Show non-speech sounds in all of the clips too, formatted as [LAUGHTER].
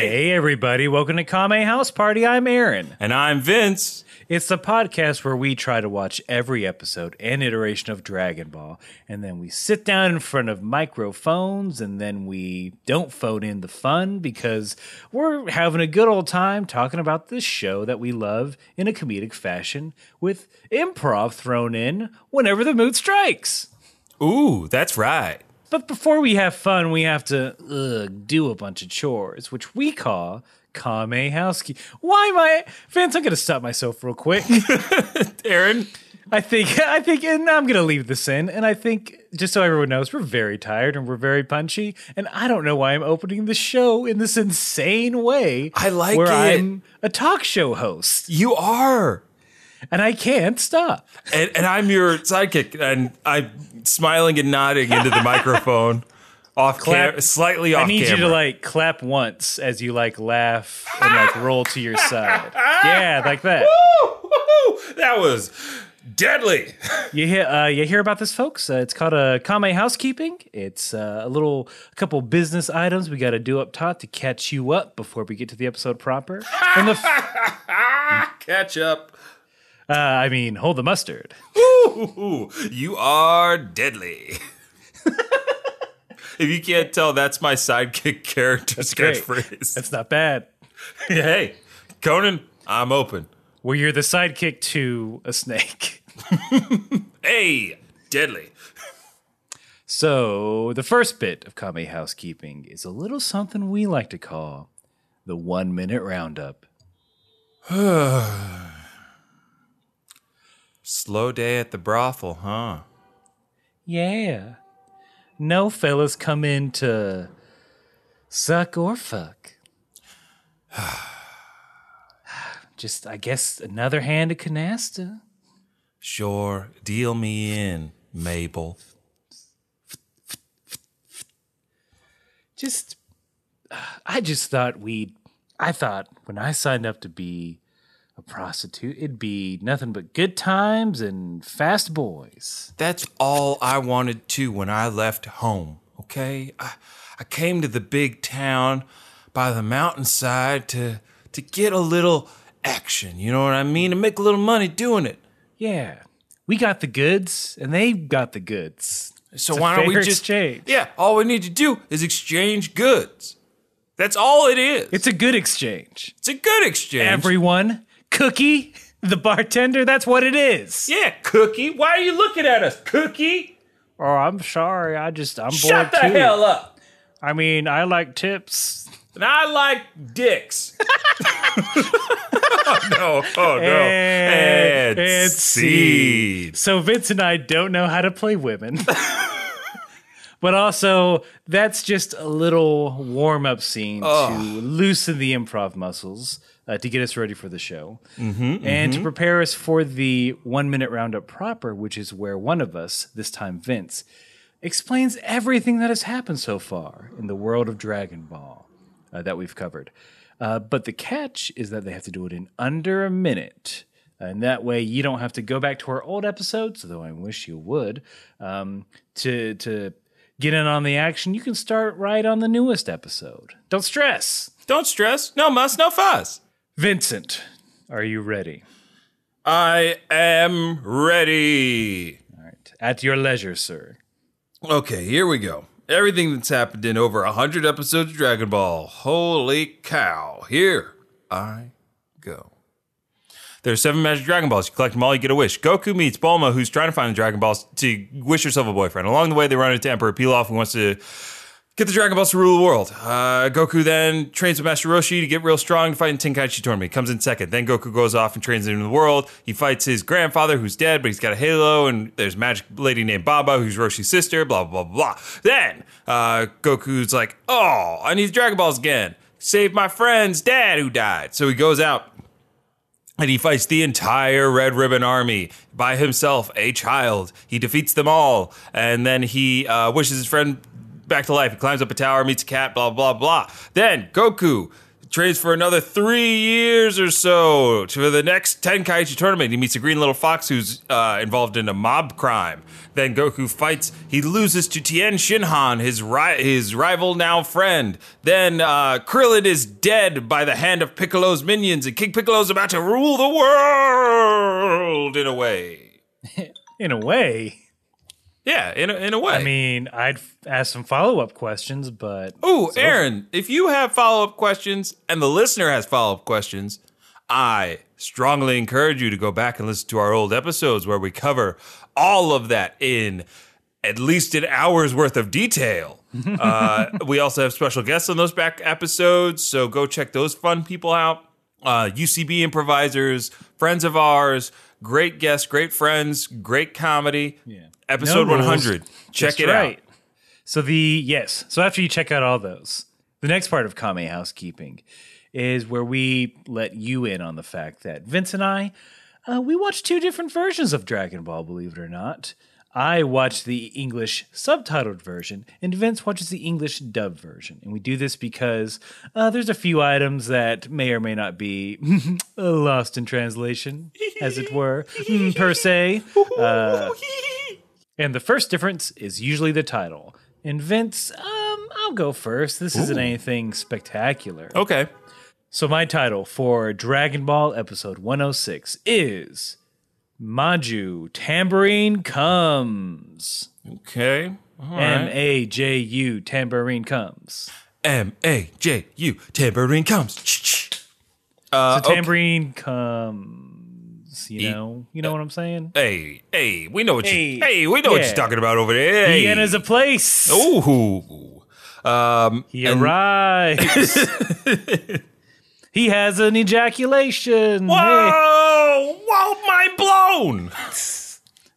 everybody. Welcome to Kame House Party. I'm Aaron. And I'm Vince. It's the podcast where we try to watch every episode and iteration of Dragon Ball. And then we sit down in front of microphones and then we don't phone in the fun because we're having a good old time talking about this show that we love in a comedic fashion with improv thrown in whenever the mood strikes. Ooh, that's right. But before we have fun, we have to ugh, do a bunch of chores, which we call Kame Housekeeping. Why am I, Vince? I'm gonna stop myself [LAUGHS] real quick. Aaron, I think, I think, and I'm gonna leave this in. And I think, just so everyone knows, we're very tired and we're very punchy. And I don't know why I'm opening the show in this insane way. I like where it. I'm a talk show host, you are. and I can't stop. And, and I'm your sidekick. And I'm smiling and nodding into [LAUGHS] the microphone off Clap. camera, slightly off I need you camera. to like clap once as you like laugh and like roll [LAUGHS] to your side. Yeah, like that. Woo, woo, that was deadly. You hear, uh, you hear about this, folks? Uh, it's called uh, Kame Housekeeping. It's uh, a little, a couple business items we got to do up top to catch you up before we get to the episode proper. And the, f- Catch up. uh, I mean, hold the mustard. Ooh, you are [LAUGHS] deadly. if you can't tell, that's my sidekick character sketch Great. phrase. That's not bad. hey, Conan, I'm open. Where you're the sidekick to a snake. [LAUGHS] Hey, deadly. So the first bit of Kame Housekeeping is a little something we like to call the one minute roundup. Slow day at the brothel, huh? Yeah. No fellas come in to suck or fuck. [SIGHS] Just, I guess, another hand of canasta. Sure, deal me in, Mabel. Just, I just thought we'd, I thought when I signed up to be a prostitute, it'd be nothing but good times and fast boys. That's all I wanted to when I left home, okay? I, I came to the big town by the mountainside to to get a little action, you know what I mean? To make a little money doing it. Yeah. We got the goods and they got the goods. So It's a why don't we fair just exchange. Yeah, all we need to do is exchange goods. That's all it is. It's a good exchange. It's a good exchange. everyone. Cookie, the bartender, that's what it is. yeah, Cookie. Why are you looking at us, Cookie? Oh, I'm sorry. I just, I'm Shut the bored too. hell up. I mean, I like tips. And I like dicks. [LAUGHS] oh, no. Oh, no. And- And, and seed. So Vince and I don't know how to play women. [LAUGHS] but also, that's just a little warm up scene to loosen the improv muscles. Uh, to get us ready for the show and to prepare us for the one minute roundup proper, which is where one of us, this time Vince, explains everything that has happened so far in the world of Dragon Ball uh, that we've covered. Uh, but the catch is that they have to do it in under a minute. Uh, And that way, you don't have to go back to our old episodes, though I wish you would, um, to, to get in on the action. You can start right on the newest episode. Don't stress. Don't stress. No muss, no fuss. Vincent, are you ready? I am ready. All right. At your leisure, sir. Okay, here we go. Everything that's happened in over 100 episodes of Dragon Ball. Holy cow. Here I go. There are seven magic Dragon Balls. You collect them all, you get a wish. Goku meets Bulma, who's trying to find the Dragon Balls to wish herself a boyfriend. Along the way, they run into Emperor Pilaf, who wants to get the Dragon Balls to rule the world. Uh, Goku then trains with Master Roshi to get real strong to fight in Tenkaichi tournament. He comes in second. Then Goku goes off and trains into the world. He fights his grandfather, who's dead, but he's got a halo, and there's a magic lady named Baba, who's Roshi's sister, blah, blah, blah, blah. Then uh, Goku's like, oh, I need the Dragon Balls again. Save my friend's dad who died. So he goes out and he fights the entire Red Ribbon Army by himself, a child. He defeats them all, and then he uh, wishes his friend back to life. He climbs up a tower, meets a cat, blah, blah, blah. Then Goku trains for another three years or so to the next Tenkaichi tournament. He meets a green little fox who's uh, involved in a mob crime. Then Goku fights. He loses to Tien Shinhan, his ri- his rival now friend. Then uh, Krillin is dead by the hand of Piccolo's minions, and King Piccolo's about to rule the world in a way. In a way. Yeah, in a, in a way. I mean, I'd f- ask some follow up questions, but Ooh, Aaron, if you have follow up questions and the listener has follow up questions, I strongly encourage you to go back and listen to our old episodes where we cover all of that in at least an hour's worth of [LAUGHS] detail. uh, we also have special guests on those back episodes, so go check those fun people out. Uh, UCB improvisers, friends of ours, great guests, great friends, great comedy. Yeah. Episode No rules, 100. Check Just it out. So the yes, so after you check out all those, the next part of Kame housekeeping is where we let you in on the fact that Vince and I, uh, we watched two different versions of Dragon Ball. Believe it or not, I watched the English subtitled version, and Vince watches the English dub version. And we do this because uh, there's a few items that may or may not be [LAUGHS] lost in translation, as [LAUGHS] it were, mm, per se. Uh, and the first difference is usually the title. And Vince, um, I'll go first. This isn't anything spectacular. Okay. So my title for Dragon Ball episode 106 is Maju Tambourine Comes. Okay. All right. M A J U Tambourine Comes. M A J U tambourine comes. Uh, So tambourine comes, you know. You know what I'm saying? okay. Hey, hey, we know what you. Hey. Hey, we know what Yeah. you're talking about over there. Hey. Vienna's a place. Ooh. Um, He and- arrives. [LAUGHS] he has an ejaculation. Hey. Whoa! Whoa! Mind blown.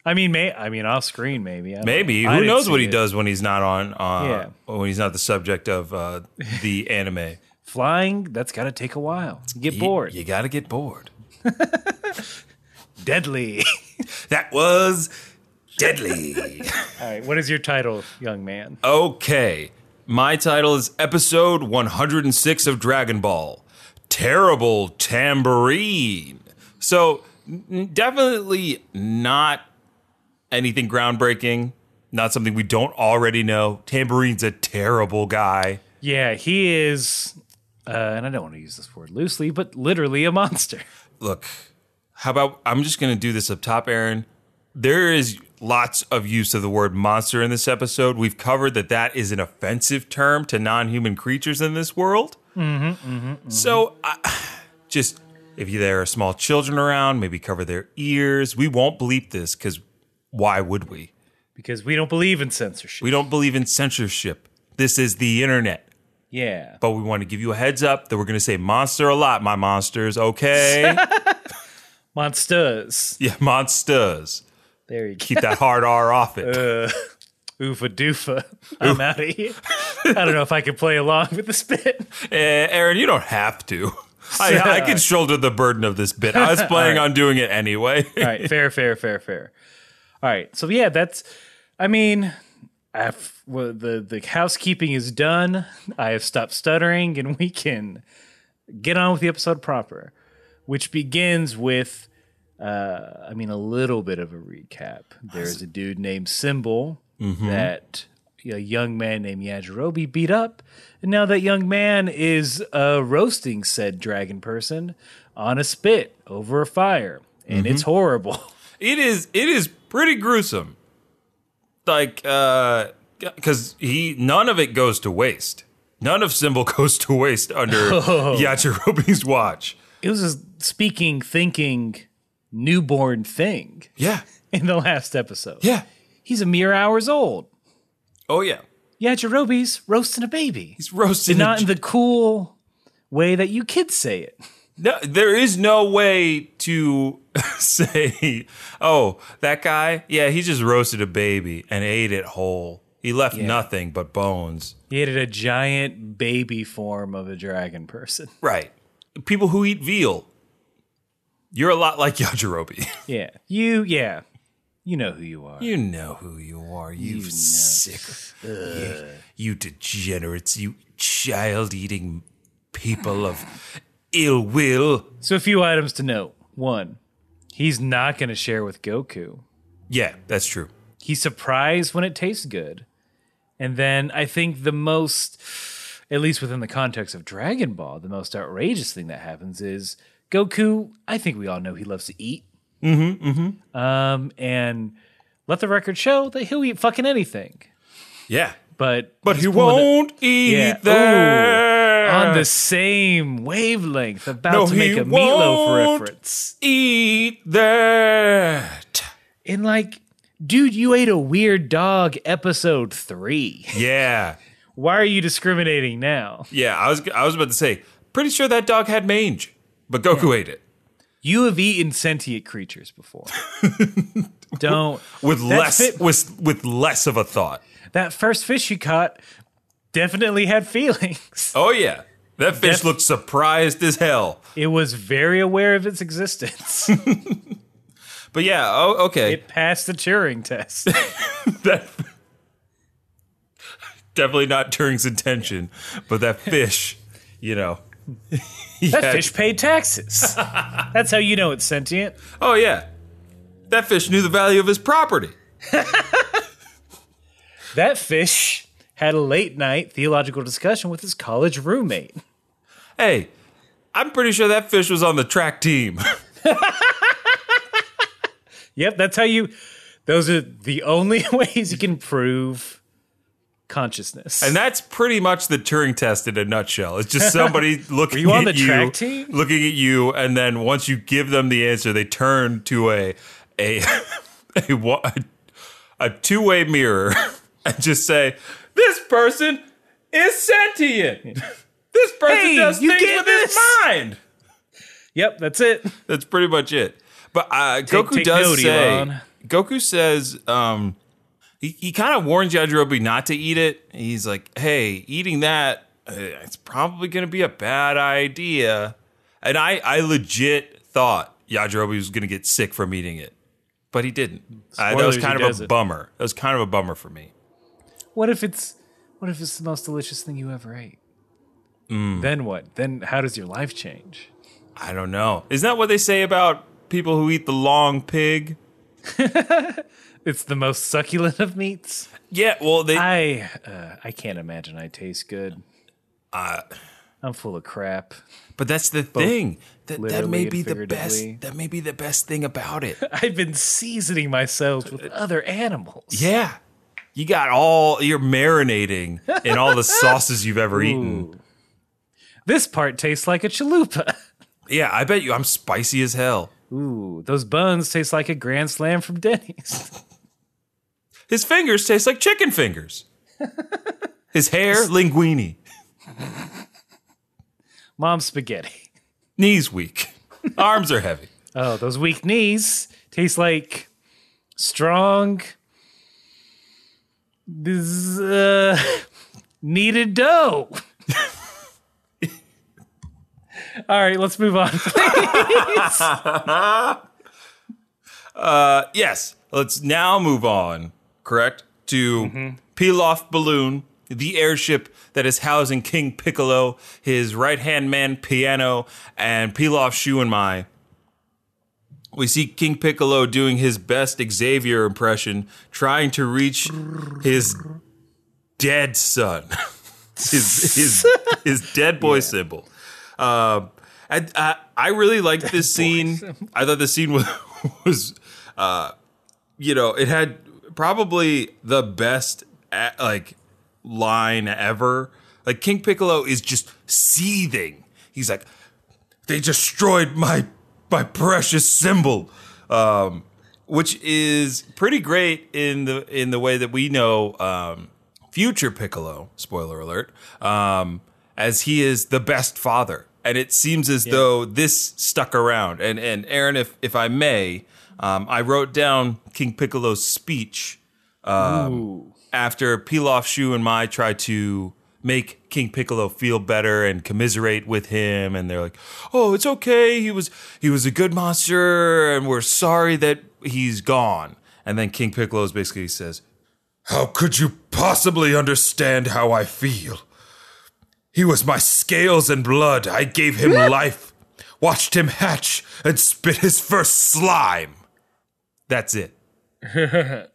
I mean, may I mean off screen maybe. I don't Maybe know. I who didn't knows see what he it. does when he's not on. Uh, When he's not the subject of uh, [LAUGHS] the anime. Flying, that's got to take a while. Get You- bored. You, gotta get bored. Deadly. [LAUGHS] That was deadly. All right, what is your title, young man? Uh, Okay. My title is Episode 106 of Dragon Ball Terrible Tambourine. So, n- definitely not anything groundbreaking, not something we don't already know. Tambourine's a terrible guy. Yeah, he is uh, and I don't want to use this word loosely, but literally a monster. [LAUGHS] Look, how about I'm just going to do this up top, Aaron. There is lots of use of the word monster in this episode. We've covered that that is an offensive term to non human creatures in this world. So, I, [SIGHS] just if you, there are small children around, maybe cover their ears. We won't bleep this because why would we? Because we don't believe in censorship. We don't believe in censorship. This is the internet. [LAUGHS] yeah. But we want to give you a heads up that we're going to say monster a lot, my monsters, okay? Monsters. yeah, monsters. There you go. Keep that hard R off it. Oofa doofa. I'm out of here. I don't know if I can play along with the spit. Eh, Aaron, you don't have to. I, I can shoulder the burden of this bit. [LAUGHS] I was planning on doing it anyway. [LAUGHS] All right, fair, fair, fair, fair. All right, so yeah, that's. I mean, I've, well, the the housekeeping is done. I have stopped stuttering, and we can get on with the episode proper, which begins with. Uh, I mean, a little bit of a recap. There's a dude named Symbol that a young man named Yajirobe beat up, and now that young man is uh, roasting said dragon person on a spit over a fire, and it's horrible. [LAUGHS] It is it is pretty gruesome. Like uh cuz he none of it goes to waste. None of Symbol [LAUGHS] goes to waste [LAUGHS] under Yachirobe's watch. it was a speaking, thinking, newborn thing [LAUGHS] Yeah. in the last episode. Yeah. He's a mere hours old. Oh yeah. Yeah, Jirobe's roasting a baby. He's roasting a Not in the cool way that you kids say it. No, there is no way to [LAUGHS] say, oh, that guy, yeah, he just roasted a baby and ate it whole. He left nothing but bones. He had a giant baby form of a dragon person. [LAUGHS] Right. People who eat veal, you're a lot like [LAUGHS] Yajirobe. Yeah. You, yeah. You know who you are. you know who you are, you, sick. You, you degenerates, you child eating people of ill will. So a few items to note. One, he's not going to share with Goku. Yeah, that's true. He's surprised when it tastes good. And then I think the most, at least within the context of Dragon Ball, the most outrageous thing that happens is Goku. I think we all know he loves to eat. Mm-hmm. Mm-hmm. Um, and let the record show that he'll eat fucking anything. Yeah. But But he he's pulling the- won't eat Yeah. Ooh. that. on the same wavelength, about No, to make he a meatloaf won't. reference. eat that. And like, dude, you ate a weird dog episode three. [LAUGHS] Yeah. Why are you discriminating now? Yeah, I was I was about to say, pretty sure that dog had mange, but Goku ate it You have eaten sentient creatures before. Don't with That less fit- with with less of a thought. that first fish you caught definitely had feelings. Oh yeah. That fish Def- looked surprised as hell. It was very aware of its existence. But yeah, oh okay. It passed the Turing test. [LAUGHS] that definitely not Turing's intention, but that fish, you know. That fish paid taxes. That's how you know it's sentient. Oh yeah. That fish knew the value of his property. That fish had a late night theological discussion with his college roommate. Hey, I'm pretty sure that fish was on the track team. [LAUGHS] Yep, that's how you. Those are the only [LAUGHS] ways you can prove consciousness. And that's pretty much the Turing test in a nutshell. It's just [LAUGHS] somebody looking you on at the you, track team? looking at you, and then once you give them the answer, they turn to a a [LAUGHS] a, wa- a two way mirror [LAUGHS] and just say, "This person is sentient. This person Hey, does you things get with this?" his mind." yep, that's it. That's pretty much it. But uh, Goku take does note, say, Elon. Goku says, um, he, he kind of warns Yajirobe not to eat it. He's like, hey, eating that, uh, it's probably going to be a bad idea. And I, I legit thought Yajirobe was going to get sick from eating it, but he didn't. Uh, that Spoilers, was he kind of a doesn't. bummer. That was kind of a bummer for me. What if it's what if it's the most delicious thing you ever ate? Then what? Then how does your life change? I don't know. Isn't that what they say about people who eat the long pig? It's the most succulent of meats. Yeah, well, they, I uh, I can't imagine I taste good. I'm full of crap. But that's the thing. That, that literally may and be the best. figuratively. That may be the best thing about [LAUGHS] it. I've been seasoning myself with other animals. yeah, you got all. You're marinating in all the sauces you've ever eaten. [LAUGHS] Ooh. This part tastes like a chalupa. Yeah, I bet you I'm spicy as hell. Ooh, those buns taste like a grand slam from Denny's. His fingers taste like chicken [LAUGHS] fingers. His hair linguini. Mom's spaghetti. Knees [LAUGHS] weak. Arms are heavy. Oh, those weak knees taste like strong this uh, [LAUGHS] kneaded dough. [LAUGHS] All right, let's move on. [LAUGHS] Uh, yes. Let's now move on. Correct to peel off balloon. The airship that is housing King Piccolo, his right hand man Piano, and peel off Shoe and My. We see King Piccolo doing his best Xavier impression, trying to reach his dead son, [LAUGHS] his his his dead boy symbol. Um, I, I I really liked this scene. I thought this scene [LAUGHS] was was uh, you know it had probably the best a like line ever. Like King Piccolo is just seething. He's like, they destroyed my my precious symbol um, which is pretty great in the in the way that we know um, future Piccolo. Spoiler alert! Um, as he is the best father, and it seems as though this stuck around. And and Aaron, if if I may, um, I wrote down King Piccolo's speech Ooh. after Pilaf, Shu, and Mai try to make King Piccolo feel better and commiserate with him, and they're like, "Oh, it's okay. He was he was a good monster, and we're sorry that he's gone." And then King Piccolo basically says, "How could you possibly understand how I feel? He was my scales and blood. I gave him life, watched him hatch, and spit his first slime. That's it.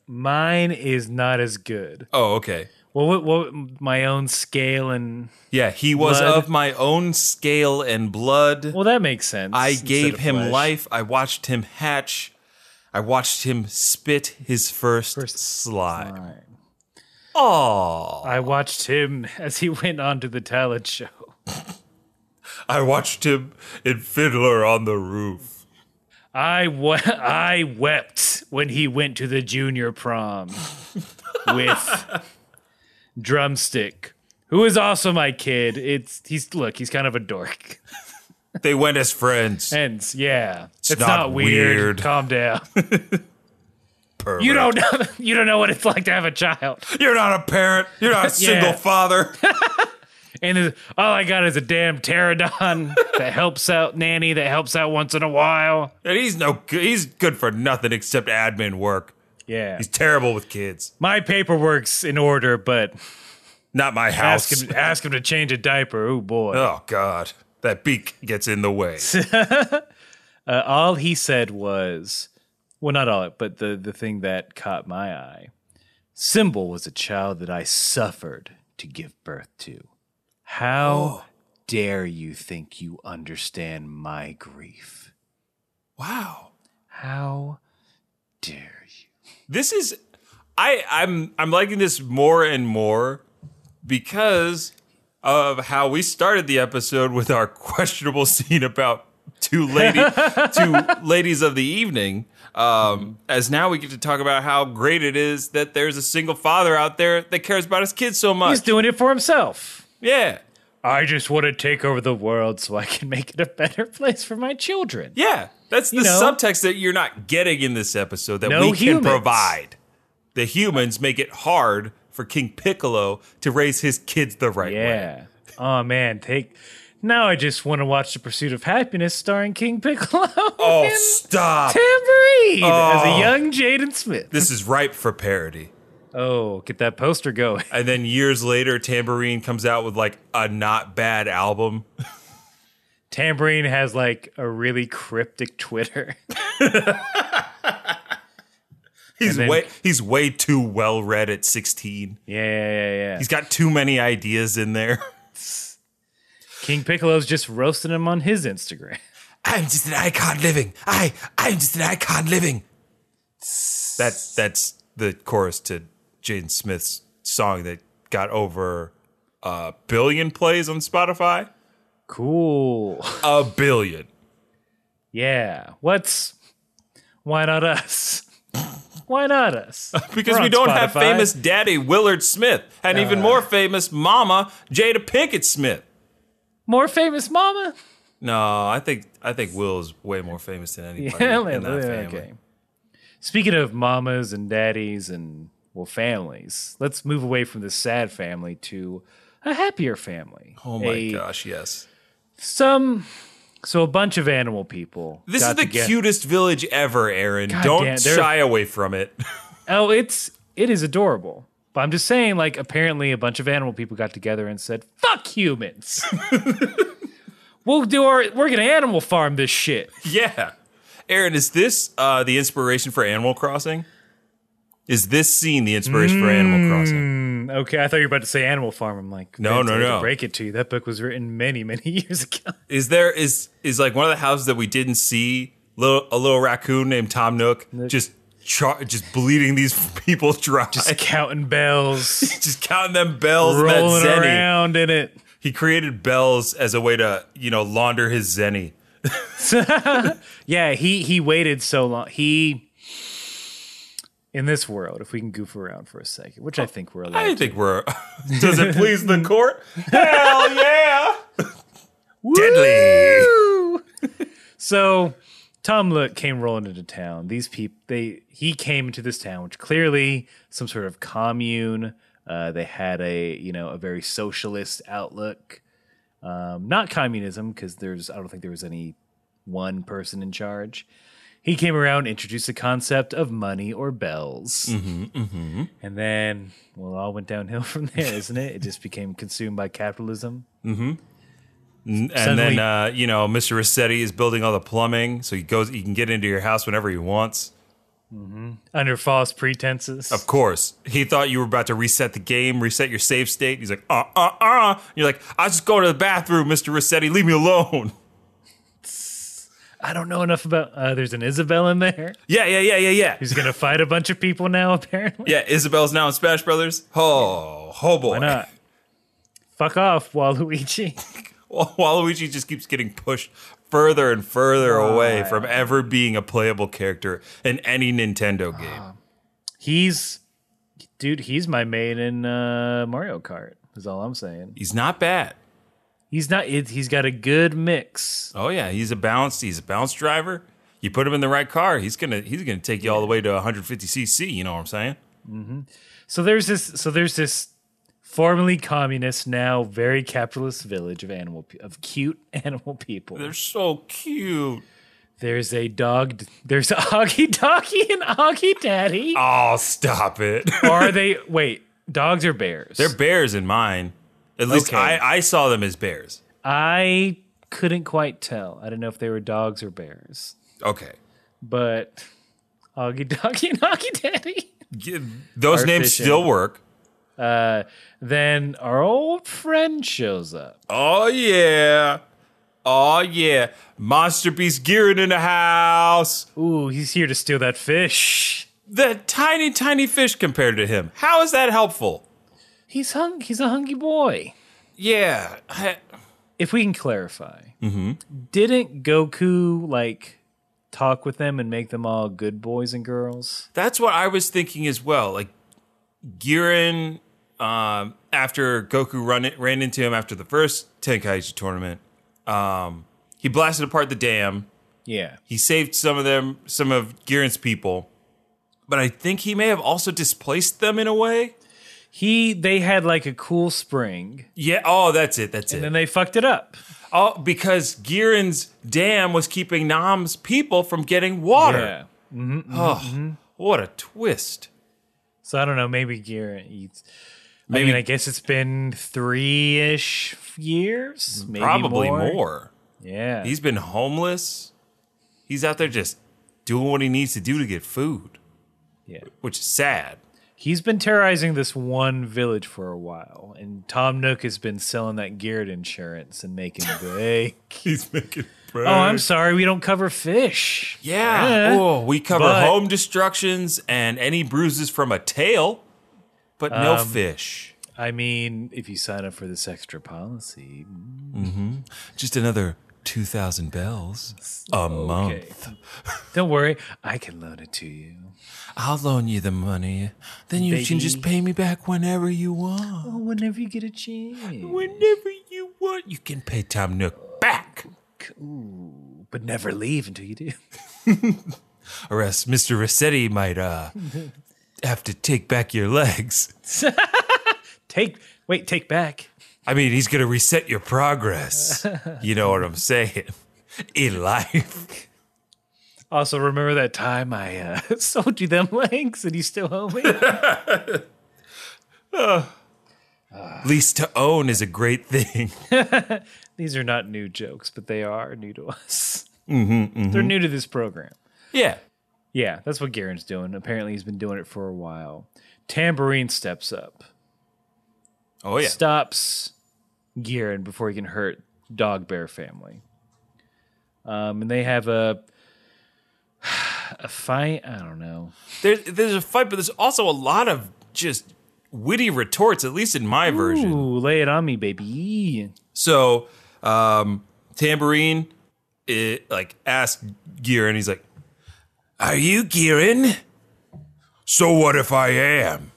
Mine is not as good. Oh, okay. Well, what, what my own scale and Yeah, he was Blood. of my own scale and blood. well, that makes sense. I instead gave of him flesh. life. I watched him hatch. I watched him spit his first, slime. Aw. I watched him [LAUGHS] as he went on to the talent show. I watched him in Fiddler on the Roof. I wa- I wept when he went to the junior prom with drumstick, who is also my kid. It's he's look, he's kind of a dork. They went as friends. Hence, yeah, it's, not not, weird. weird. Calm down. Pervert. You don't know. You don't know what it's like to have a child. You're not a parent. You're [LAUGHS] not a single father. And there's- all I got is a damn pterodon [LAUGHS] that helps out nanny that helps out once in a while. and he's no. good. He's good for nothing except admin work. Yeah, He's terrible with kids. my paperwork's in order, but Not my house. ask him ask him to change a diaper. Oh boy. oh God, that beak gets in the [LAUGHS] way. Uh, all he said was, well, not all, but the, the thing that caught my eye Symbol was a child that I suffered to give birth to. How dare you think you understand my grief? wow. How dare you? this is i i'm i'm liking this more and more because of how we started the episode with our [LAUGHS] questionable scene about two lady [LAUGHS] two ladies of the evening um, as now we get to talk about how great it is that there's a single father out there that cares about his kids so much He's doing it for himself. yeah I just want to take over the world so I can make it a better place for my children. yeah that's the know. subtext that you're not getting in this episode that No we can humans. provide the humans make it hard for king piccolo to raise his kids the right way Yeah. Oh man, take now I just want to watch The Pursuit of Happiness starring King Piccolo. Oh, [LAUGHS] and stop. Tambourine as Oh. a young Jaden Smith. this is ripe for parody. oh, get that poster going. [LAUGHS] And then years later, Tambourine comes out with like a not bad album. Tambourine has like a really cryptic Twitter. [LAUGHS] He's And then- way he's way too well read at 16. Yeah, yeah, yeah, yeah. He's got too many ideas in there. King Piccolo's just roasting him on his Instagram. [LAUGHS] I'm just an icon living. I I'm just an icon living. That that's the chorus to Jaden Smith's song that got over a billion plays on Spotify. [LAUGHS] Cool. A billion. Yeah. What's why not us? [LAUGHS] Why not us? Because We're we on don't have Spotify. famous daddy Willard Smith and even more famous mama Jada Pinkett Smith. more famous mama. No, I think I think Will's way more famous than anybody Yeah, in that okay. family. Speaking of mamas and daddies and well families, let's move away from this sad family to a happier family. Oh my A- gosh, yes. Some so a bunch of animal people. This got is the together- cutest village ever, Aaron. don't damn, they're- shy away from it. Oh, it's it is adorable. But I'm just saying, like, apparently a bunch of animal people got together and said, [LAUGHS] "Fuck humans." we'll do our. We're gonna animal farm this shit. [LAUGHS] yeah. Aaron, is this uh, the inspiration for Animal Crossing? Is this scene the inspiration for Animal Crossing? Okay, I thought you were about to say Animal Farm. I'm like, No, "Vince, no, I hate to no. Break it to you. That book was written many, many [LAUGHS] years ago. Is there is is like one of the houses that we didn't see? Little a little raccoon named Tom Nook just char- just bleeding these [LAUGHS] people dry, just, [LAUGHS] Just counting bells, counting them bells and that rolling zenny. around in it. [LAUGHS] He created bells as a way to you know launder his zenny. Yeah, he he waited so long. He in this world, if we can goof around for a second, which I think we're allowed. I think we're. [LAUGHS] Does it please [LAUGHS] the court? Hell yeah! Deadly. [LAUGHS] So Tom Look came rolling into town. These people, they he came into this town, which clearly some sort of commune. Uh, they had a you know a very socialist outlook, um, not communism because there's I don't think there was any one person in charge. he came around, introduced the concept of money or bells. And then, well, it all went downhill [LAUGHS] from there, isn't it? It just became consumed by capitalism. And then uh, you know, Mr. Rossetti is building all the plumbing, so he goes. He can get into your house whenever he wants. Under false pretenses. Of course, he thought you were about to reset the game, reset your save state. He's like, uh, uh, uh. You're like, I just go to the bathroom, Mr. Rossetti. Leave me alone. [LAUGHS] I don't know enough about. Uh, there's an Isabel in there. Yeah, yeah, yeah, yeah, yeah. He's going to fight a bunch of people now, apparently. Yeah, Isabel's now in Smash Brothers. Oh, oh boy. [LAUGHS] Not. Fuck off, Waluigi. Waluigi just keeps getting pushed further and further away from ever being a playable character in any Nintendo game. He's, dude, he's my main in uh, Mario Kart, is all I'm saying. He's not bad. He's not, it, he's got a good mix. Oh yeah, he's a balanced. He's a balanced driver. You put him in the right car, he's gonna he's gonna take you all the way to 150 cc. You know what I'm saying? So there's this, so there's this formerly communist, now very capitalist village of animal, pe- of cute [LAUGHS] animal people. They're so cute. There's a dog. There's [LAUGHS] Augie Doggy and Augie Daddy. Oh, stop [LAUGHS] it. Are they? Wait, dogs or bears? They're bears in mine. At least Okay. I, I saw them as bears. I couldn't quite tell. I didn't know if they were dogs or bears. Okay. But Augie Doggy [LAUGHS] and Augie Daddy. G- Those Are names fishing. still work. Then our old friend shows up. Oh yeah. Oh yeah. Monster Beast Geared in the house. Ooh, he's here to steal that fish. The tiny, tiny fish compared to him. How is that helpful? He's hung. He's a hungry boy. Yeah. I- If we can clarify, didn't Goku like talk with them and make them all good boys and girls? That's what I was thinking as well. Like Girin, um, after Goku run ran into him after the first Tenkaichi tournament, um, he blasted apart the dam. Yeah. He saved some of them, some of Girin's people, but I think he may have also displaced them in a way. He. They had like a cool spring, Yeah. Oh, that's it. That's and it. then they fucked it up. Oh, because Girin's dam was keeping Nam's people from getting water. Oh, what a twist! So I don't know. Maybe Garrett eats. I mean, I guess it's been three ish years, maybe Mm, Probably more. more. Yeah, He's been homeless. He's out there just doing what he needs to do to get food, yeah. which is sad. He's been terrorizing this one village for a while, and Tom Nook has been selling that Garrett insurance [LAUGHS] and making big. He's making bread. oh, I'm sorry, we don't cover fish. yeah. Eh. Oh, we cover but- home destructions and any bruises from a tail, but no Um, fish. I mean, if you sign up for this extra policy, Just another 2,000 bells a okay. month. [LAUGHS] don't worry, I can loan it to you. I'll loan you the money. Then you can just Baby. pay me back whenever you want. Oh, whenever you get a chance, Whenever you want. You can pay Tom Nook back. but never leave until you do. [LAUGHS] or else Mr. Rossetti might [LAUGHS] uh, have to take back your legs. Take wait, take back. I mean, he's going to reset your [LAUGHS] progress. You know what I'm saying? In life. Also, remember that time I uh, [LAUGHS] sold you them legs and you still owe me? Lease to own is a great thing. These are not new jokes, but they are new to us. They're new to this program. [LAUGHS] Yeah. Yeah, that's what Garen's doing. Apparently, he's been doing it for a while. Tambourine steps up, Oh, yeah. stops Garen before he can hurt Dog Bear family. Um, and they have a [SIGHS] a fight. I don't know. There's, there's a fight, but there's also a lot of just witty retorts, at least in my version. Ooh, lay it on me, baby. So, um, Tambourine, it, like, asked Gearin, he's like, Are you Gearin? So what if I am?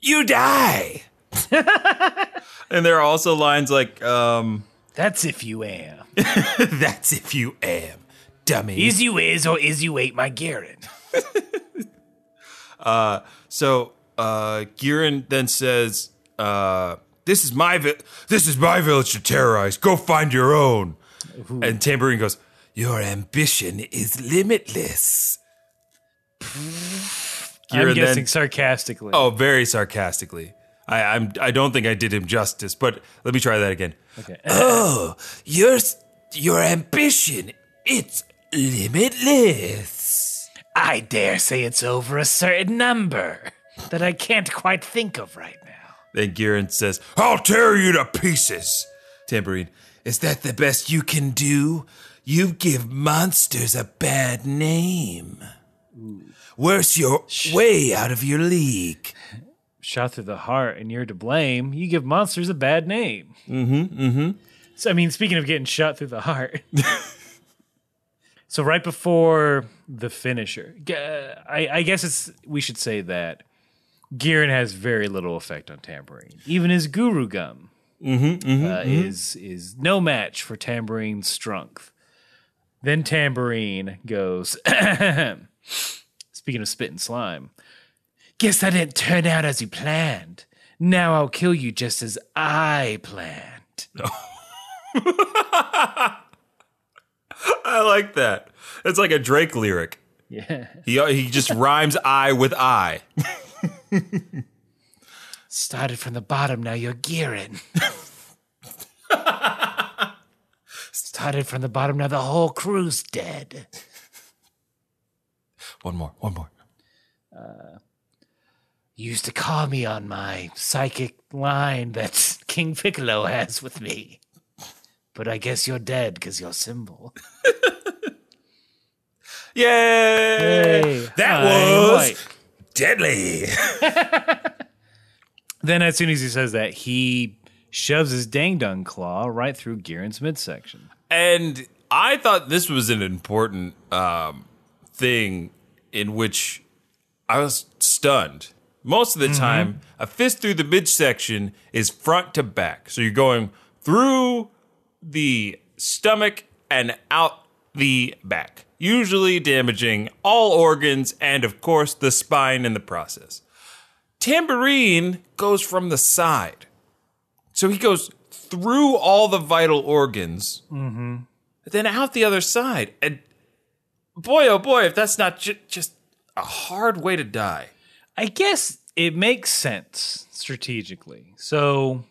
You [LAUGHS] die! and there are also lines like, um, That's if you am. [LAUGHS] That's if you am, dummy. Is you is or is you ain't my Garen? So uh, Girin then says, uh, "This is my vi- this is my village to terrorize. Go find your own." And Tambourine goes, Your ambition is limitless. I'm Kieran then- guessing sarcastically. Oh, very sarcastically. I, I'm. I don't think I did him justice, but let me try that again. Okay. [CLEARS THROAT] Oh, your your ambition it's limitless. I dare say it's over a certain number that I can't quite think of right now. Then Garen says, "I'll tear you to pieces." Tambourine, is that the best you can do? You give monsters a bad name. Worse, you're way out of your league. Shot through the heart and you're to blame. You give monsters a bad name. Mm hmm. Mm hmm. So, I mean, speaking of getting shot through the heart. [LAUGHS] so, right before the finisher, g- uh, I, I guess it's we should say that Giran has very little effect on Tambourine. Even his Guru Gum uh, is is no match for Tambourine's strength. Then Tambourine goes, [COUGHS] speaking of spit and slime, guess that didn't turn out as you planned. Now I'll kill you just as I planned. I like that. It's like a Drake lyric. Yeah. He uh, he just rhymes I with I. Started from the bottom, now you're gearing. Started from the bottom, now the whole crew's dead. One more. One more. You used to call me on my psychic line that King Piccolo has with me. But I guess you're dead because your symbol. Yay! that was deadly. Then, as soon as he says that, he shoves his dang dung claw right through Garen's midsection. And I thought this was an important um, thing in which I was stunned. Most of the time, a fist through the midsection is front to back. So you're going through the stomach and out the back, usually damaging all organs and, of course, the spine in the process. Tambourine goes from the side. So he goes through all the vital organs then out the other side. And boy, oh boy, if that's not ju- just a hard way to die. I guess it makes sense strategically. So,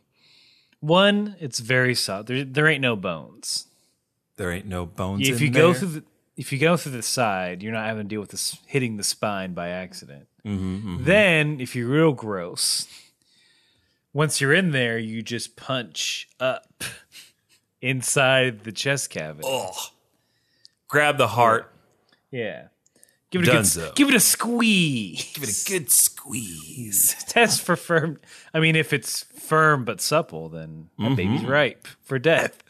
one, it's very solid. There, there ain't no bones. There ain't no bones. If in you go there. through the if you go through the side, you're not having to deal with this hitting the spine by accident. Mm-hmm, Then, if you're real gross, once you're in there, you just punch up inside the chest cavity. Oh. grab the heart, Yeah, give it a good, s- Dunzo. give it a [LAUGHS] squeeze. give it a good squeeze. test for firm. I mean, if it's firm but supple, then that Mm-hmm. baby's ripe for death.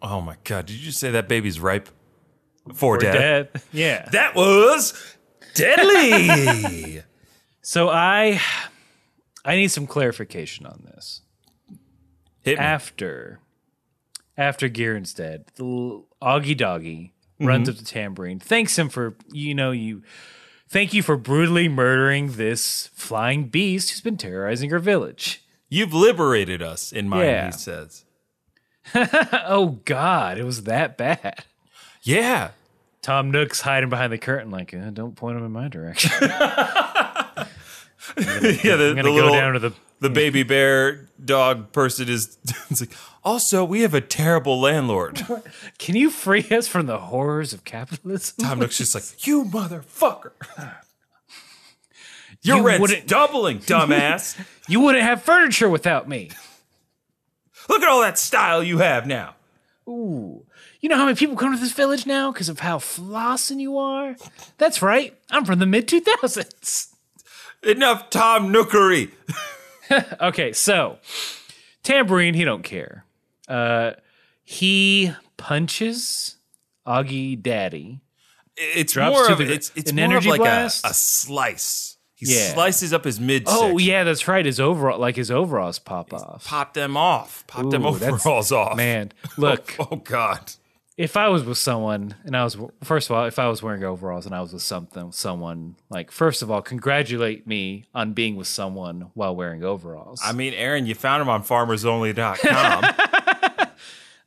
Oh my god, did you say that baby's ripe for, For death? death. Yeah. That was deadly. [LAUGHS] So I, I need some clarification on this. Hit me. After, after Garen's dead, the little Augie Doggy runs Mm-hmm. up to Tambourine, thanks him for you know you. Thank you for brutally murdering this flying beast who's been terrorizing her village. You've liberated us in mind, Yeah. he says. Oh God, it was that bad. [LAUGHS] Yeah. Tom Nook's hiding behind the curtain, like, uh, don't point him in [LAUGHS] my direction. yeah, the, I'm the gonna little- go down to the the baby bear dog person is [LAUGHS] it's like also we have a terrible landlord Can you free us from the horrors of capitalism? tom looks just like you motherfucker your [LAUGHS] You rent's wouldn't- [LAUGHS] doubling dumbass You wouldn't have furniture without me. look at all that style you have now Ooh. You know how many people come to this village now because of how flossing you are? That's right. I'm from the mid 2000s. enough tom nookery Okay, so Tambourine, he don't care. Uh, he punches Augie Daddy. it's Drops more to of the- it's, it's an more energy of like a, blast? a slice he Yeah. slices up his midsection Oh, yeah, that's right. His overall, like his overalls pop off. pop them off pop them Ooh, that's- overalls off Man, look. [LAUGHS] oh god if I was with someone and I was first of all, if I was wearing overalls and I was with something someone, like first of all, congratulate me on being with someone while wearing overalls. [LAUGHS] i mean aaron you found him on farmersonly.com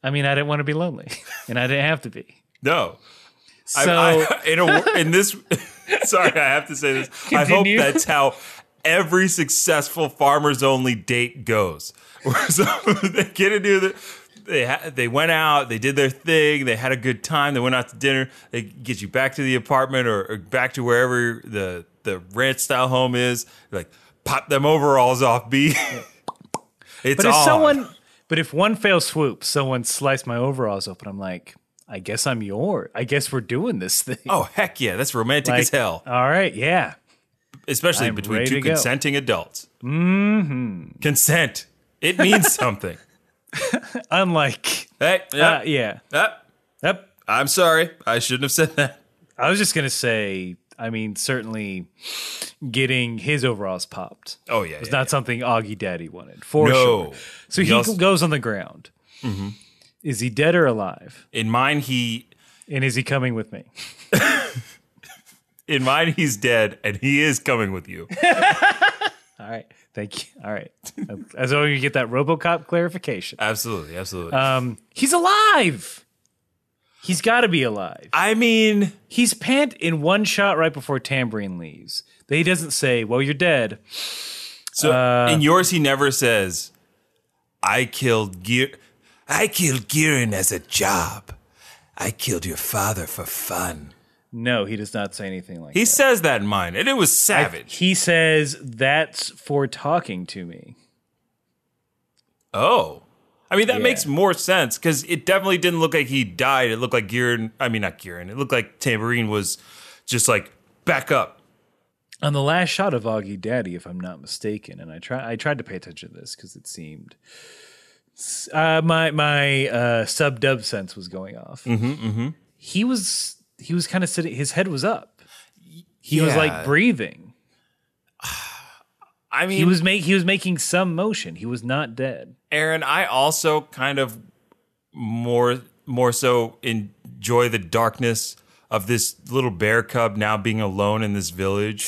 I mean, I didn't want to be lonely, [LAUGHS] and I didn't have to be. No. I- So I- in, a, in this, [LAUGHS] sorry, I have to say this. Continue. I hope that's how every successful farmers only date goes. [LAUGHS] Where so they get to do the. They, ha- they went out, they did their thing, they had a good time, they went out to dinner, they get you back to the apartment or, or back to wherever the, the ranch style home is. Like, pop them overalls off, B. [LAUGHS] it's But if on. someone, but if one fell swoop, someone sliced my overalls open, I'm like, I guess I'm yours. I guess we're doing this [LAUGHS] thing. Oh, heck yeah, that's romantic Like, as hell. All right, yeah. especially I'm between ready two to go. consenting adults. Mm-hmm. Consent. It [LAUGHS] means something. Unlike, hey, uh, yeah, yeah. uh, Yep. I'm sorry. I shouldn't have said that. I was just gonna say. I mean, certainly, getting his overalls popped. Oh yeah, It's yeah, not something Augie Daddy wanted for No. sure. So he, He also- Mm-hmm. goes on the ground. Is he dead or alive? yeah. In mine, he And is he coming with me? in mine he's dead, and he is coming with [LAUGHS] you. All right. Thank you. [LAUGHS] All right. As long as you get that RoboCop clarification. absolutely, absolutely. Um, he's alive. He's got to be alive. I mean, He's pant in one shot right before Tambourine leaves. He doesn't say, "Well, you're dead." so uh, in yours, he never says, "I killed Gear." I killed Gearin as a job. I killed your father for fun. No, he does not say anything like He says that in mine, and it was that. savage. He says, "That's for talking to me." Oh. I mean, that Yeah. makes more sense because it definitely didn't look like he died. It looked like Gearin, I mean, not Gearin, it looked like Tambourine was just like, back up. on the last shot of Augie Daddy, if I'm not mistaken, and I try I tried to pay attention to this because it seemed uh, my my uh, sub dub sense was going off. Mm-hmm, He was he was kind of sitting. His head was up. He was Yeah. like breathing. I He mean, was make he was making some motion. He was not dead. Aaron, I also kind of more more so enjoy the darkness of this little bear cub now being alone in this village,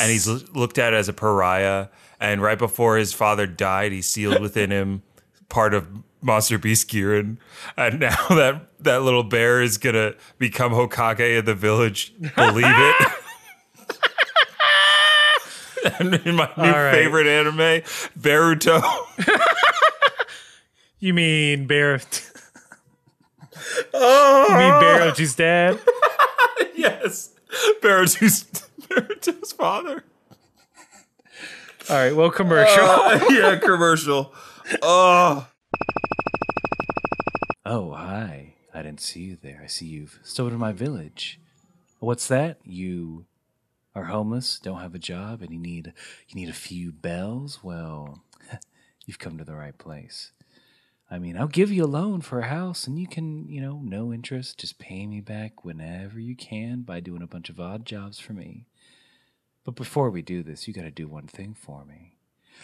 and he's l- looked at as a pariah. And right before his father died, he sealed within him part of Monster Beast Kieran. And now [LAUGHS] that that little bear is gonna become Hokage of the village. Believe [LAUGHS] it. [LAUGHS] And in my new All right. favorite anime, Baruto. [LAUGHS] You mean Bear? [LAUGHS] oh, you mean Barrow's dad? [LAUGHS] Yes. [LAUGHS] Baruto's, Baruto's father. All right, well, commercial. yeah, commercial. Uh, Oh, hi. I didn't see you there. I see you've stolen my village. What's that? You are homeless, don't have a job, and you need you need a few bells? Well, [LAUGHS] you've come to the right place. I mean, I'll give you a loan for a house and you can, you know, no interest, just pay me back whenever you can by doing a bunch of odd jobs for me. But before we do this, you got to do one thing for me.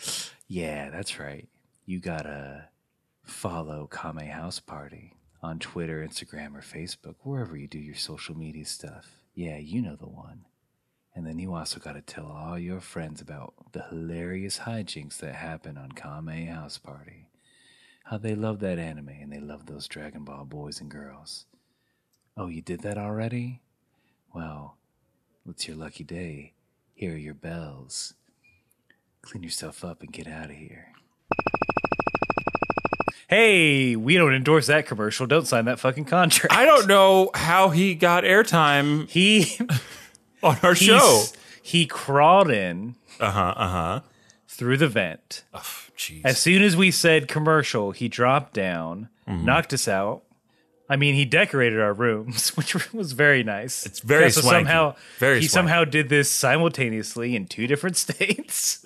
[SIGHS] Yeah, that's right. You got to follow Kame House Party on Twitter, Instagram, or Facebook, wherever you do your social media stuff. Yeah, you know the one. And then you also got to tell all your friends about the hilarious hijinks that happen on Kame House Party. How they love that anime and they love those Dragon Ball boys and girls. Oh, you did that already? Well, it's your lucky day. Here are your bells. Clean yourself up and get out of here. Hey, we don't endorse that commercial. Don't sign that fucking contract. I don't know how he got airtime He on our he show. s- he crawled in Uh huh. Uh huh. through the vent. Jeez. As soon as we said commercial, he dropped down, Mm-hmm. knocked us out. I mean, he decorated our rooms, [LAUGHS] which was very nice. It's very so swanky. somehow Very he swanky. somehow did this simultaneously in two different [LAUGHS] states.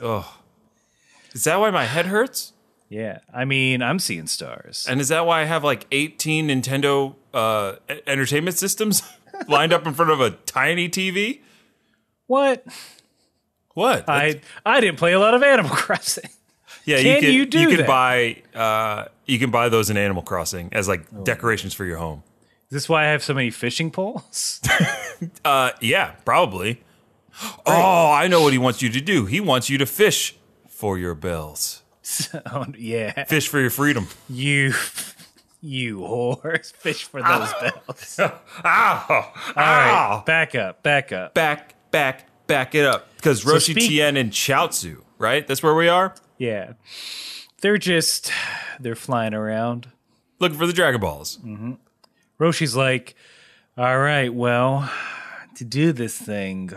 is that why my head hurts? yeah, I mean, I'm seeing stars. And is that why I have like 18 Nintendo uh, e- entertainment systems [LAUGHS] lined up in front of a tiny TV? What? What? I I didn't play a lot of Animal [LAUGHS] Crossing. yeah, can you do can that? buy uh, you can buy those in Animal Crossing as like decorations for your home. Is this why I have so many fishing poles? [LAUGHS] Uh, yeah, [GASPS] probably. Oh, I know what he wants you to do. He wants you to fish for your bells, So, Oh, yeah, [LAUGHS] fish for your freedom. you You whores, fish for those Ah. bells. All Ah, Ow! right, Ow! back up, back up. Back, back, back it up. Because Roshi speak- Tien and Chaozu, right? That's where we are? Yeah, they're just they're flying around. Looking for the Dragon Balls. Mm. Roshi's like, all right, well, to do this thing,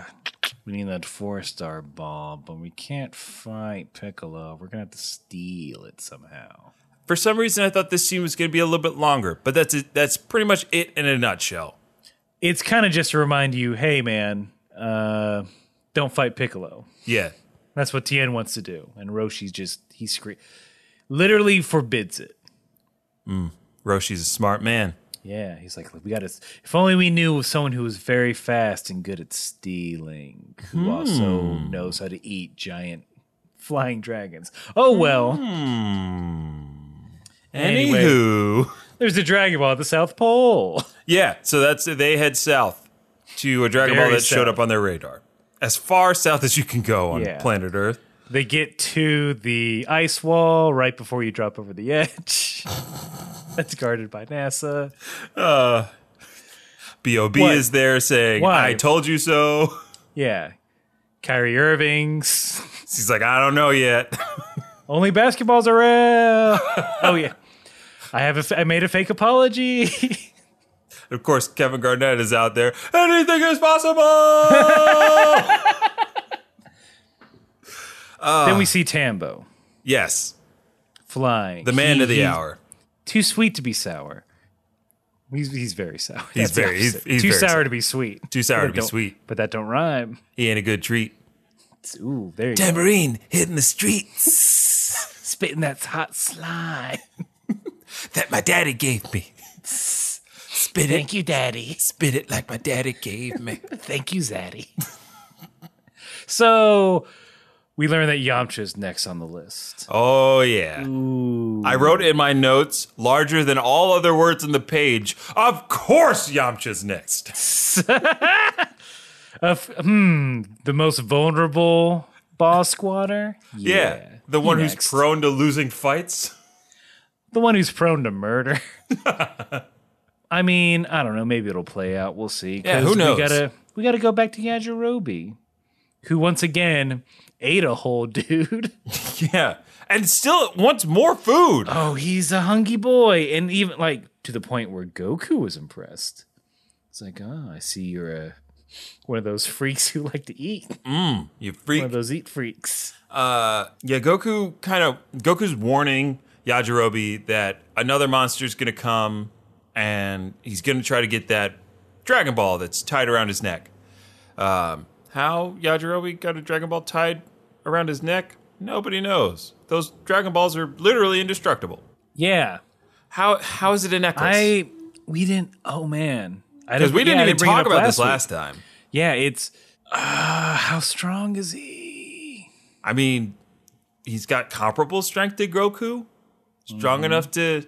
we need that four star ball, but we can't fight Piccolo. We're gonna have to steal it somehow. For some reason, I thought this scene was going to be a little bit longer, but that's it. that's pretty much it in a nutshell. It's kind of just to remind you, hey man, uh, don't fight Piccolo. Yeah, That's what Tien wants to do, and Roshi's just he scre- literally forbids it. Roshi's a smart man. Yeah, he's like, we got to. If only we knew of someone who was very fast and good at stealing, who also Hmm. knows how to eat giant flying dragons. Oh well, Hmm. Anyway. Anywho, there's a dragon ball at the South Pole. [LAUGHS] yeah. So that's they head south to a Dragon Very Ball that showed south. up on their radar, as far south as you can go on Yeah. planet Earth. They get to the ice wall right before you drop over the edge. [LAUGHS] That's guarded by NASA. Bob What? is there saying, Why? "I told you so." [LAUGHS] Yeah, Kyrie Irving's He's like, "I don't know yet." [LAUGHS] only basketballs are real. oh yeah, I have a f- I made a fake apology. [LAUGHS] of course, Kevin Garnett is out there. Anything is [LAUGHS] possible. Ah. then we see Tambo. yes, flying. the man He- of the he's hour. Too sweet to be sour. He's, he's very sour. He's That's the very- he's- opposite. he's too very sour, sour. to be sweet. Too sour But to be don't- sweet. But that don't rhyme. He ain't a good treat. It's- ooh, there you go. Tamarine hitting the streets Spitting that [LAUGHS] hot slime. that my daddy gave me. [LAUGHS] Spit it, you, Daddy. spit it like my daddy gave me. [LAUGHS] Thank you, Zaddy. so we learn that Yamcha's next on the list. Oh yeah. I wrote in my notes, larger than all other words on the page. Of course, Yamcha's next. Of hmm, the most vulnerable boss squatter. Yeah, the he one who's next. prone to losing fights. [LAUGHS] The one who's prone to murder. [LAUGHS] I mean, I don't know. Maybe it'll play out. We'll see. 'Cause Yeah, who knows? We gotta, we gotta go back to Yajirobe, who once again ate a whole dude. Yeah, and still wants more food. [LAUGHS] Oh, he's a hungry boy, and even like to the point where Goku was impressed. It's like, oh, I see you're a one of those freaks who like to eat. One You freak. of those eat freaks. Uh, yeah, Goku kind of Goku's warning Yajirobe that another monster's gonna come, and he's gonna try to get that Dragon Ball that's tied around his neck. Um, how Yajirobe got a Dragon Ball tied around his neck? Nobody knows. Those Dragon Balls are literally indestructible. Yeah, How how is it a necklace? I we didn't. Oh man, Because we didn't yeah, I even bring it talk up about this week. last time. Yeah, it's uh, how strong is he? I mean, he's got comparable strength to Goku, strong enough to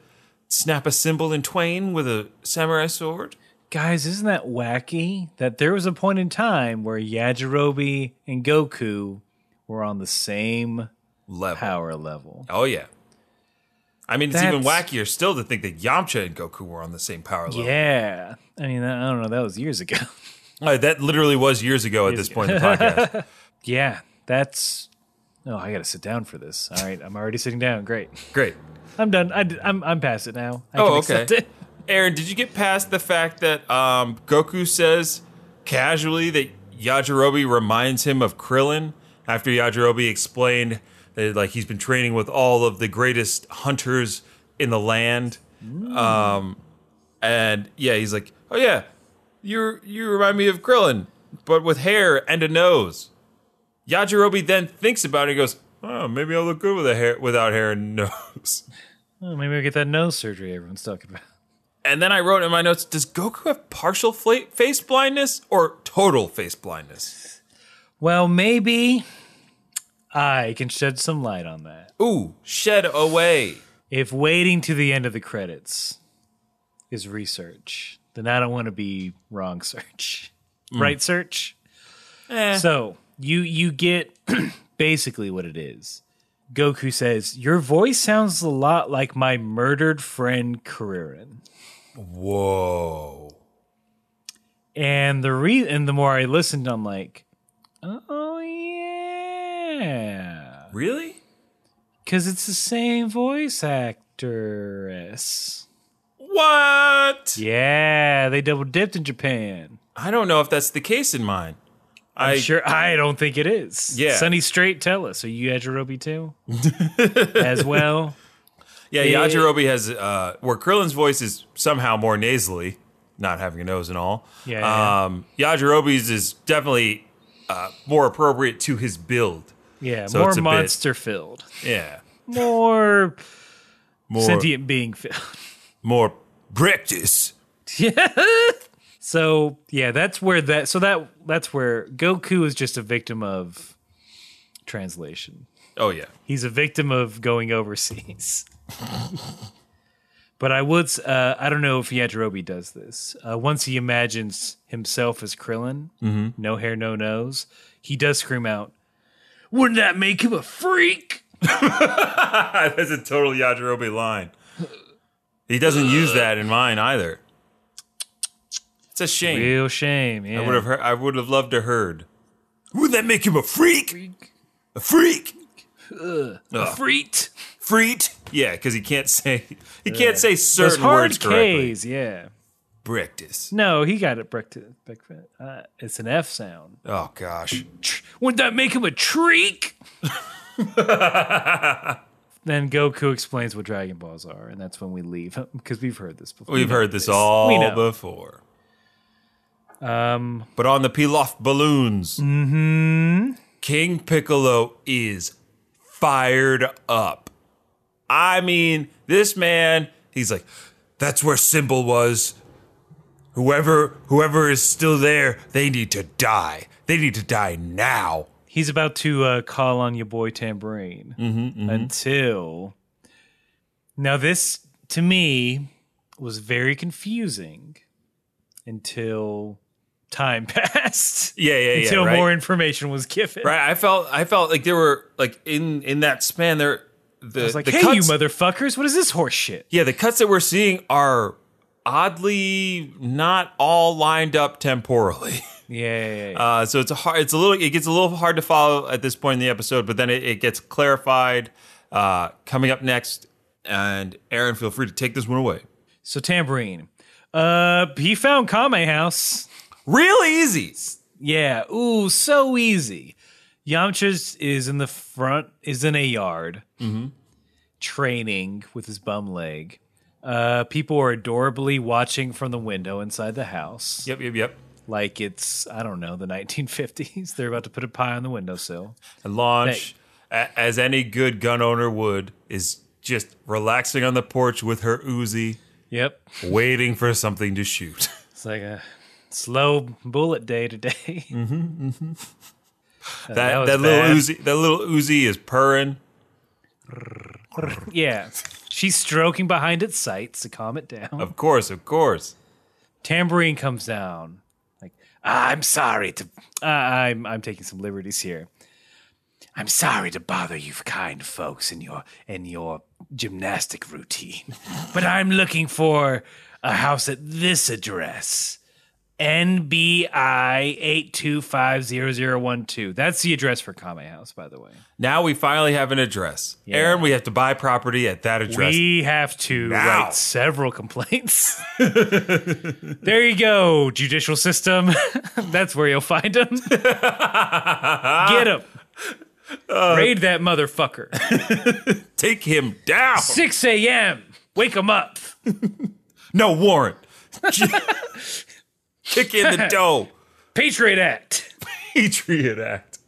snap a symbol in twain with a samurai sword. Guys, isn't that wacky that there was a point in time where Yajirobe and Goku were on the same Level. power level? Oh yeah. I mean, it's even That's- wackier still to think that Yamcha and Goku were on the same power level. Yeah. I mean, I don't know, that was years ago. [LAUGHS] Uh, that literally was years ago at this point in the podcast. yeah, that's Oh, I got to sit down for this. All right, I'm already sitting down. Great. Great. I'm done. I, am I'm past it now. I Oh, can okay. accept it. [LAUGHS] Aaron, did you get past the fact that um, Goku says casually that Yajirobe reminds him of Krillin after Yajirobe explained that like he's been training with all of the greatest hunters in the land, um, and yeah, he's like, oh yeah, you you remind me of Krillin, but with hair and a nose. Yajirobe then thinks about it and goes, oh, maybe I'll look good with a hair without hair and [LAUGHS] nose. Oh, maybe I'll get that nose surgery everyone's talking about. And then I wrote in my notes, does Goku have partial fla- face blindness or total face blindness? Well, maybe I can shed some light on that. Ooh, shed away. if waiting to the end of the credits is research, then I don't want to be wrong search. Right search? Eh. [CLEARS THROAT] So you you get basically what it is. Goku says, Your voice sounds a lot like my murdered friend Kuririn. Whoa. And the re and the more I listened, I'm like, oh yeah. Really? Cause it's the same voice actress. What? Yeah, they double dipped in Japan. I don't know if that's the case in mine. I'm I sure I don't think it is. Yeah. Sunny Straight, tell us. Are you Yajirobe [LAUGHS] too? As well. yeah, Yajirobe has uh where Krillin's voice is somehow more nasally, not having a nose and all. Yeah, yeah, Um Yajirobe's is definitely uh more appropriate to his build. Yeah. So more it's a bit- monster filled. Yeah. More More sentient being filled. [LAUGHS] more practice. Yeah. So yeah, that's where that. So that that's where Goku is just a victim of translation. Oh yeah. He's a victim of going overseas. but I would. s- Uh, I don't know if Yajirobe does this. Uh, once he imagines himself as Krillin, Mm-hmm. no hair, no nose, he does scream out, "Wouldn't that make him a freak?" [LAUGHS] That's a total Yajirobe line. He doesn't use that in mine either. It's a shame. Real shame. Yeah. I would have heard, I would have loved to heard. Would that make him a freak? A freak? a freak. Freet? Yeah, because he can't say he can't say Those certain hard words correctly. K's. Yeah. Breakfast. No, he got it. Break to, break, uh, it's an F sound. Oh gosh. Wouldn't that make him a treek? [LAUGHS] then Goku explains what Dragon Balls are, and that's when we leave because we've heard this before. We've know heard this all We know. before. Um But on the Pilaf balloons. Mm-hmm. King Piccolo is fired up. I mean, this man, he's like, that's where Symbol was. Whoever whoever is still there, they need to die. They need to die now. He's about to uh, call on your boy Tambourine Mm-hmm, until. Now, this to me was very confusing until time [LAUGHS] passed. Yeah, yeah, yeah. Until right? more information was given. Right. I felt I felt like there were like in in that span there the It's like, the hey, cuts, you motherfuckers, what is this horse shit? yeah, the cuts that we're seeing are oddly not all lined up temporally. [LAUGHS] Yeah, yeah, yeah. Uh, so it's a hard, it's a little, it gets a little hard to follow at this point in the episode, but then it, it gets clarified uh, coming up next. And Aaron, feel free to take this one away. so tambourine. Uh, he found Kame House. Real easy. Yeah. Ooh, so easy. Yamcha is in the front, is in a yard, training with his bum leg. Uh, people are adorably watching from the window inside the house, Yep, yep, yep. like it's I don't know the 1950s. [LAUGHS] They're about to put a pie on the windowsill. And launch, a- as any good gun owner would, is just relaxing on the porch with her Uzi, Yep. waiting for something to shoot. It's like a slow bullet day today. [LAUGHS] that was that, little bad. Uzi, that little Uzi is purring. [LAUGHS] yeah. She's stroking behind its sights to calm it down. Of course, of course. tambourine comes down like "Ah, i'm sorry to uh, i'm i'm taking some liberties here i'm sorry to bother you kind folks in your in your gymnastic routine [LAUGHS] but i'm looking for a house at this address NBI 8250012. That's the address for Kame House, by the way. Now we finally have an address. Aaron, we have to buy property at that address. We have to Now. write several complaints. [LAUGHS] there you go, judicial system. [LAUGHS] That's where you'll find him. Get him. Raid that motherfucker. [LAUGHS] Take him down. 6 a.m. Wake him up. No [LAUGHS] warrant. Kick in the dough. Patriot Act. Patriot Act.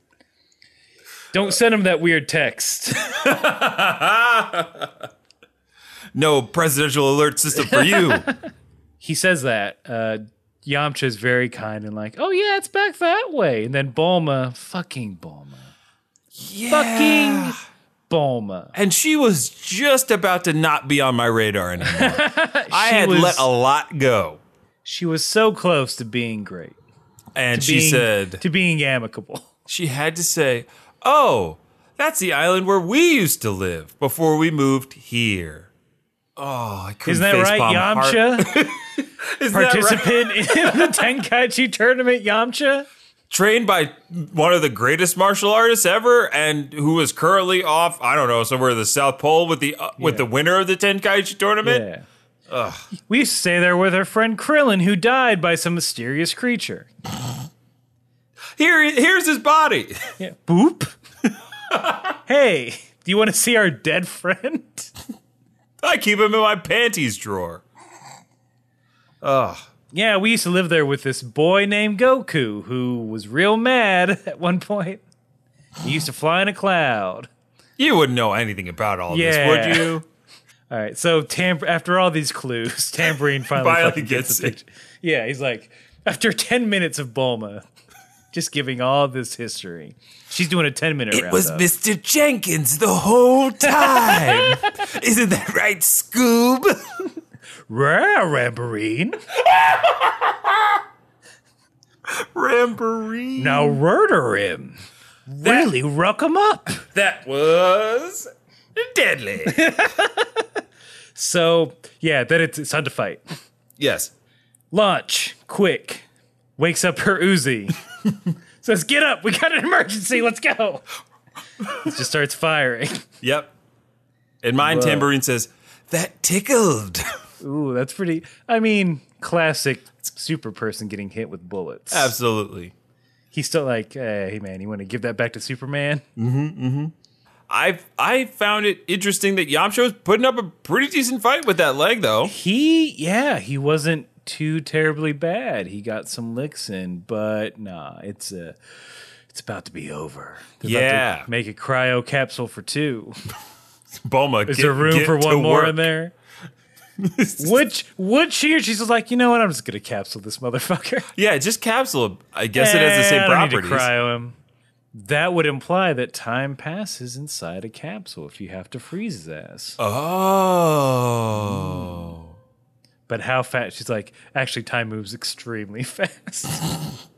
Don't send him that weird text. [LAUGHS] No presidential alert system for you. [LAUGHS] He says that. Uh, Yamcha is very kind and like, oh yeah, it's back that way. And then Bulma, fucking Bulma. Fucking Bulma. and she was just about to not be on my radar [LAUGHS] anymore. I She had was- let a lot go. She was so close to being great. And she being- said, to being amicable. she had to say, Oh, that's the island where we used to live before we moved here. Oh, I couldn't Isn't that right, facepalm hard- [LAUGHS] Yamcha? Isn't that right? Participant in the Tenkaichi tournament, Yamcha? trained by one of the greatest martial artists ever, and who is currently off, I don't know, somewhere in the South Pole with the uh, with Yeah. the winner of the Tenkaichi tournament. Yeah. We used to stay there with our friend Krillin, who died by some mysterious creature. Here, here's his body. [LAUGHS] Yeah. Boop. [LAUGHS] hey, do you want to see our dead friend? I keep him in my panties drawer. Yeah, we used to live there with this boy named Goku, who was real mad [LAUGHS] at one point. He used to fly in a cloud. You wouldn't know anything about all Yeah. this, would [LAUGHS] you? All right, so tam- after all these clues, [LAUGHS] Tambourine finally, Finally fucking gets the it. picture. Yeah, he's like, after 10 minutes of Bulma, just giving all this history. She's doing a 10 minute round. up. Mr. Jenkins the whole [LAUGHS] time. Isn't that right, Scoob? Rare Ramboreen. Ramboree. Now murder him. Really ruck him up. That was deadly. So, yeah, then it's, it's time to fight. [LAUGHS] yes. Launch, quick. Wakes up her [LAUGHS] Uzi. Says, get up. We got an emergency. Let's go. It just starts firing. Yep. And mine, Tambourine says, that tickled. Ooh, that's pretty. I mean, classic super person getting hit with bullets. Absolutely. He's still like, hey, man, you want to give that back to Superman? I I found it interesting that Yamcha was putting up a pretty decent fight with that leg, though. He, yeah, he wasn't too terribly bad. He got some licks in, but nah, it's uh, it's about to be over. They're about to Yeah. make a cryo capsule for two. Bulma, Is there room for one more in there? Which would she or she's just like, you know what? I'm just gonna capsule this motherfucker. Yeah, just capsule. I guess it has the same Eh, I don't need to properties. cryo him. That would imply that time passes inside a capsule if you have to freeze his ass. Oh. But how fast? She's like, actually, time moves extremely [LAUGHS] fast.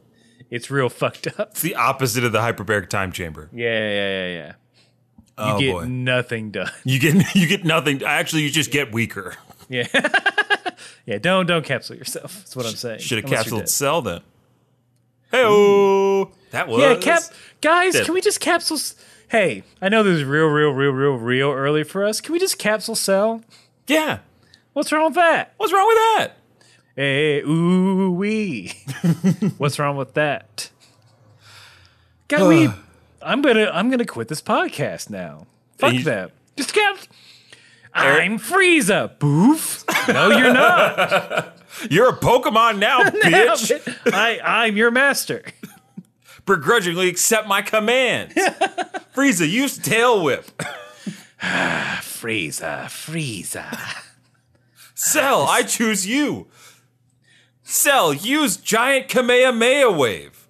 it's real fucked up. It's the opposite of the hyperbaric time chamber. Yeah, yeah, yeah, yeah. You oh get boy. nothing done. You get [LAUGHS] you get nothing. Actually, you just get [LAUGHS] weaker. Yeah, yeah. Don't don't capsule yourself. That's what I'm saying. Should have Unless you're capsuled Cell then. Hey oh. That was dead. Yeah, cap. Guys, uh, Dead. can we just capsule? s- Hey, I know this is real, real, real, real, real early for us. Can we just capsule cell? Yeah. What's wrong with that? What's wrong with that? Hey, [LAUGHS] ooh wee. Eh, What's wrong with that? God, we. I'm gonna. I'm gonna quit this podcast now. Fuck You- that. Just kept. I'm Frieza. Boof. No, you're not. You're a Pokemon [LAUGHS] now, [LAUGHS] bitch. I. I'm your master. Begrudgingly accept my [LAUGHS] commands. Frieza, use tail whip. Frieza. Frieza. Cell, I choose you. Cell, use giant Kamehameha wave.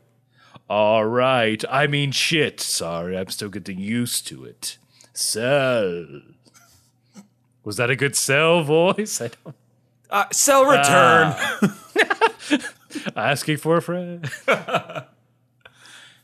All right. I mean, shit. Sorry, I'm still getting used to it. Cell. Was that a good cell voice? [LAUGHS] I don't. Uh, cell return. Ah. asking for [LAUGHS] a friend.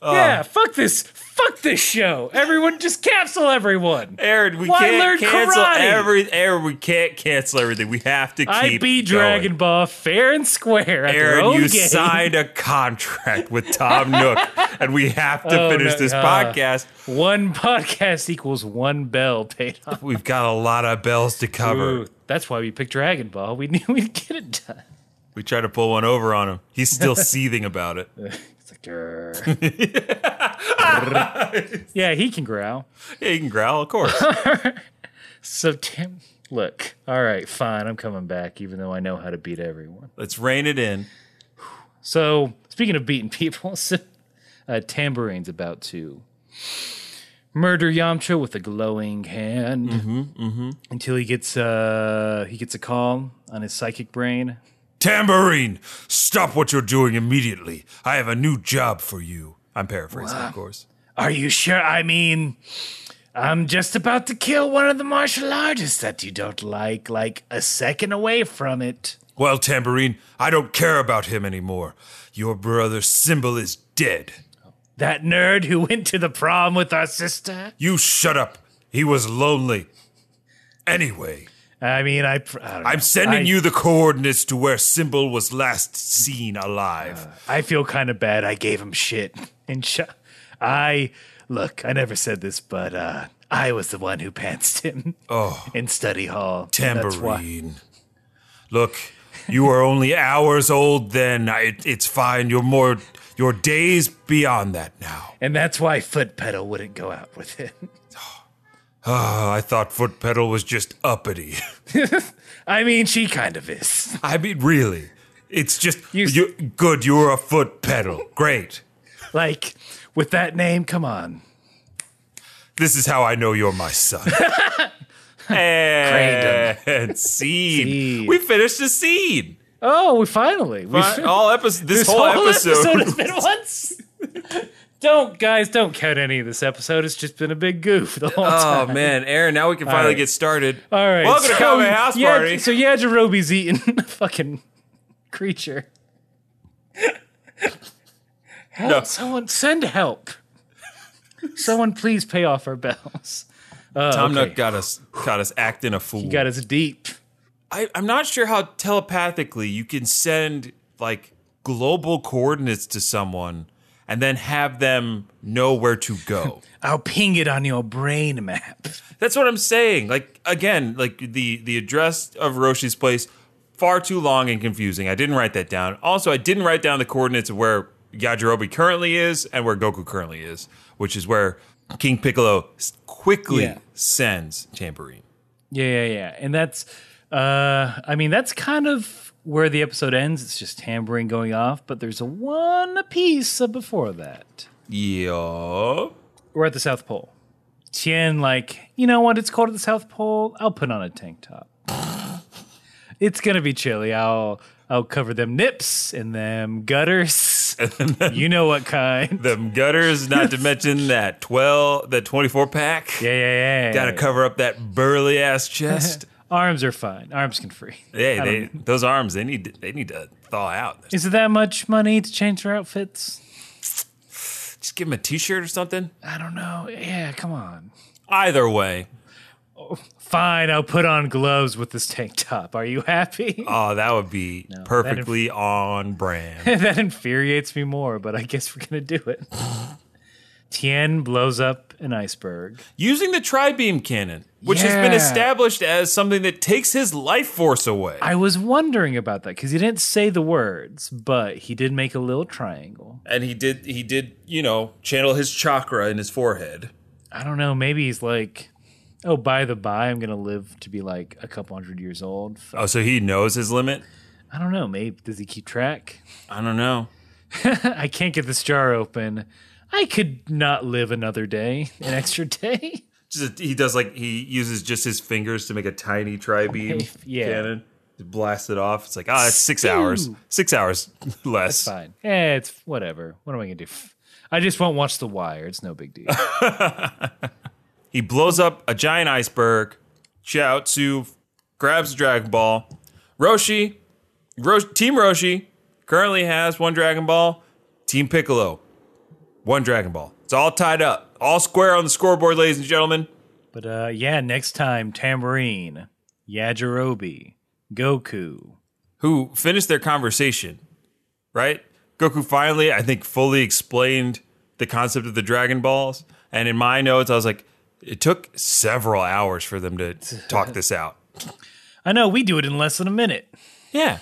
yeah, fuck this, fuck this show. Everyone, just capsule everyone. Aaron, we Why learn can't cancel karate? every. Aaron, we can't cancel everything. We have to keep. I beat going. Dragon Ball fair and square. At their Aaron, own you game. signed a contract with Tom Nook, [LAUGHS] and we have to Oh, finish no, this uh. podcast. [LAUGHS] one podcast equals one bell paid off. We've got a lot of bells to cover. Ooh, that's why we picked Dragon Ball. We [LAUGHS] knew we'd get it done. We tried to pull one over on him. He's [LAUGHS] still seething about it. It's [LAUGHS] like, grr. yeah, he can growl. Yeah, he can growl, of [LAUGHS] course. So Tim, look, all right, fine, I'm coming back, even though I know how to beat everyone. Let's rein it in. So speaking of beating [LAUGHS] people, uh, Tambourine's about to murder Yamcha with a glowing hand Mm-hmm, until he gets uh, he gets a call on his psychic brain. Tambourine, stop what you're doing immediately. I have a new job for you. I'm paraphrasing, of course. Are you sure? I mean, I'm just about to kill one of the martial artists that you don't like, like a second away from it. Well, Tambourine, I don't care about him anymore. Your brother Symbol is dead. That nerd who went to the prom with our sister? You shut up. He was lonely. Anyway, I mean, I, pr- I don't know. I'm sending I- you the coordinates to where Simple was last seen alive. I feel kind of bad. I gave him shit. And sh- I look, I never said this, but uh, I was the one who pantsed him Oh. in study hall. That's why. Tambourine. Look, you were [LAUGHS] only hours old then. I- It, it's fine. You're more. Your days beyond that now. And that's why foot pedal wouldn't go out with it. Uh, I thought foot pedal was just uppity. [LAUGHS] I mean, she kind of is. [LAUGHS] I mean, really, it's just You- you. good. You were a foot pedal. Great. Like, with that name, come on. This is how I know you're my [LAUGHS] son. and scene. Scene. We finished the scene. Oh, we finally. We Right, All episode. This, this whole, episode. [LAUGHS] has been once. [LAUGHS] don't, guys, don't count any of this episode. It's just been a big goof the whole time. Oh man, Aaron! Now we can finally right. get started. All right. welcome to Comedy House yeah, Party. So yeah, Jerobe's eating [LAUGHS] a fucking creature. help, No. Someone send help. Someone please pay off our bells. Tom okay. Nook got us got us acting a fool. Got us deep. I, I'm not sure how telepathically you can send like global coordinates to someone and then have them know where to [LAUGHS] go. I'll ping it on your brain map. That's what I'm saying. Like again, like the the address of Roshi's place far too long and confusing. I didn't write that down. Also, I didn't write down the coordinates of where Yajirobe currently is and where Goku currently is, which is where King Piccolo s- quickly Yeah. sends Tambourine. Yeah, yeah, yeah. And that's uh I mean that's kind of where the episode ends. It's just tambourine going off, but there's a one piece before that. Yeah. We're at the South Pole. Tien, like, you know what? It's cold at the South Pole. I'll put on a tank top. [LAUGHS] it's gonna be chilly. I'll I'll cover them nips and them gutters. you know what kind? Them gutters, not to [LAUGHS] mention that twelve, that twenty-four pack. Yeah, yeah, yeah. yeah, Got to yeah. cover up that burly ass [LAUGHS] chest. Arms are fine. Arms can free. hey, I they, don't- those arms, they need to, they need to thaw out. Is it that much money to change their outfits? Just give him a t-shirt or something. I don't know. Yeah, come on. Either way, Fine, I'll put on gloves with this tank top. Are you happy? oh, that would be perfectly on [LAUGHS] brand. [LAUGHS] that infuriates me more, but I guess we're gonna do it. Tien blows up an iceberg. Using the tri-beam cannon, which has been Yeah. established as something that takes his life force away. I was wondering about that because he didn't say the words, but he did make a little triangle. and he did, he did, you know, channel his chakra in his forehead. I don't know. Maybe he's like, oh, by the by, I'm gonna live to be like a couple hundred years old. F- Oh, so he knows his limit? I don't know. Maybe does he keep track? [LAUGHS] I don't know. I can't get this jar open. I could not live another day, an extra day. [LAUGHS] just he does like he uses just his fingers to make a tiny tri [LAUGHS] beam Yeah. cannon to blast it off. It's like ah, it's six hours, six hours [LAUGHS] less. Fine. Eh, it's whatever. What am I gonna do? I just won't watch The Wire. It's no big deal. He blows up a giant iceberg. Chiaotzu grabs a Dragon Ball. Roshi, Ro- Team Roshi currently has one Dragon Ball. Team Piccolo, one Dragon Ball. It's all tied up, all square on the scoreboard, ladies and gentlemen. But uh, yeah, next time, Tambourine, Yajirobe, Goku. who finished their conversation, right? Goku finally, I think, fully explained the concept of the Dragon Balls. And in my notes, I was like, it took several hours for them to [LAUGHS] talk this out. I know we do it in less than a minute. Yeah.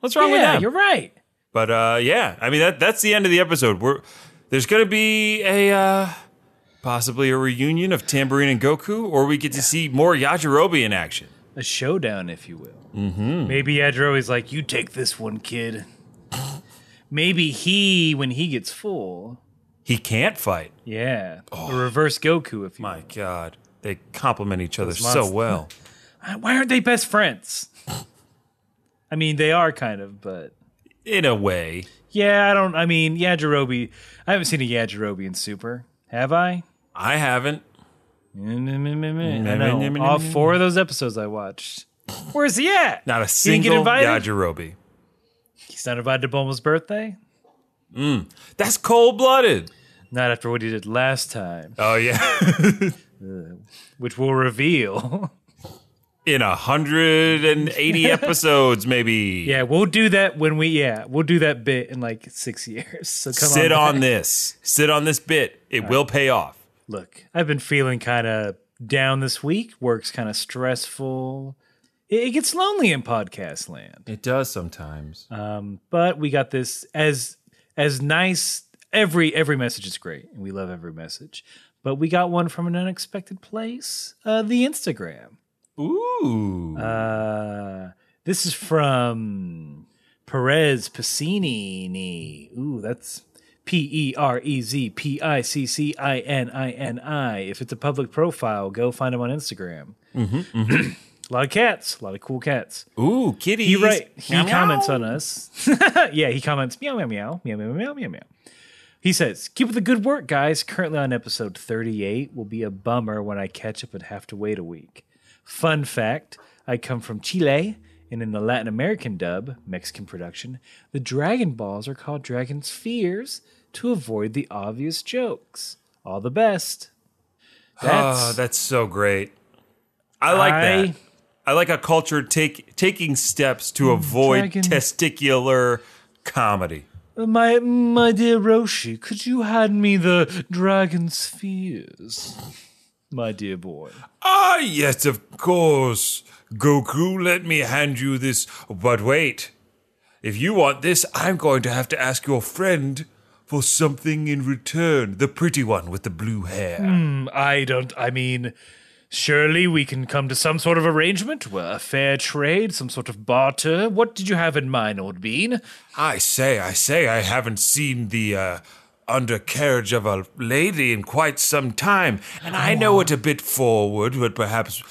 What's wrong Oh, Yeah, with you're that? right. But uh, yeah, I mean, that that's the end of the episode. We're, there's going to be a. Uh, Possibly a reunion of Tambourine and Goku, or we get to see more Yajirobe in action. A showdown, if you will. Mm-hmm. Maybe Yajirobe's like, you take this one, kid. [LAUGHS] Maybe he, when he gets full, He can't fight. yeah, the reverse Goku, if you My will. God, they complement each other so monsters. well. Uh, Why aren't they best [LAUGHS] friends? I mean, they are kind of, but In a way, yeah, I don't. I mean, Yajirobe. I haven't seen a Yajirobe in Super, have I? I haven't. I know. All four of those episodes I watched. Where's he at? Not a He didn't get single invited? Yajirobe. He's not invited to Bulma's birthday. That's cold blooded. Not after what he did last time, Oh yeah. [LAUGHS] which we'll reveal. [LAUGHS] In 180 episodes, maybe. yeah, we'll do that when we. Yeah, we'll do that bit in like six years. So come Sit on. on this. Sit on this bit. It will pay off. Look, I've been feeling kind of down this week. Work's kind of stressful. It, it gets lonely in podcast land. It does sometimes. Um, but we got this as as nice. Every every message is great, and we love every message. But we got one from an unexpected place, uh, the Instagram. Ooh. Uh, this is from Perez Piccinini. Ooh, that's P E R E Z P I C C I N I N I. If it's a public profile, go find him on Instagram. [CLEARS THROAT] a lot of cats, a lot of cool cats. Ooh, kitties. He right. He Meow, meow. comments on us. [LAUGHS] yeah, he comments meow meow meow meow meow meow meow meow. He says, "Keep up the good work, guys. Currently on episode 38. Will be a bummer when I catch up and have to wait a week. Fun fact: I come from Chile, and in the Latin American dub Mexican production, the Dragon Balls are called Dragon Spheres to avoid the obvious jokes. All the best." Oh, that's so great. I like I- that. I like a culture take taking steps to avoid Hmm, dragon. testicular comedy. My my dear Roshi, could you hand me the dragon spheres? My dear boy. Ah, yes, of course. Goku, let me hand you this. But wait. If you want this, I'm going to have to ask your friend for something in return. The pretty one with the blue hair. Um, I don't I mean surely we can come to some sort of arrangement, well, a fair trade, some sort of barter. What did you have in mind, old bean? I say, I say, I haven't seen the uh, undercarriage of a lady in quite some time, and I know it a bit forward, but perhaps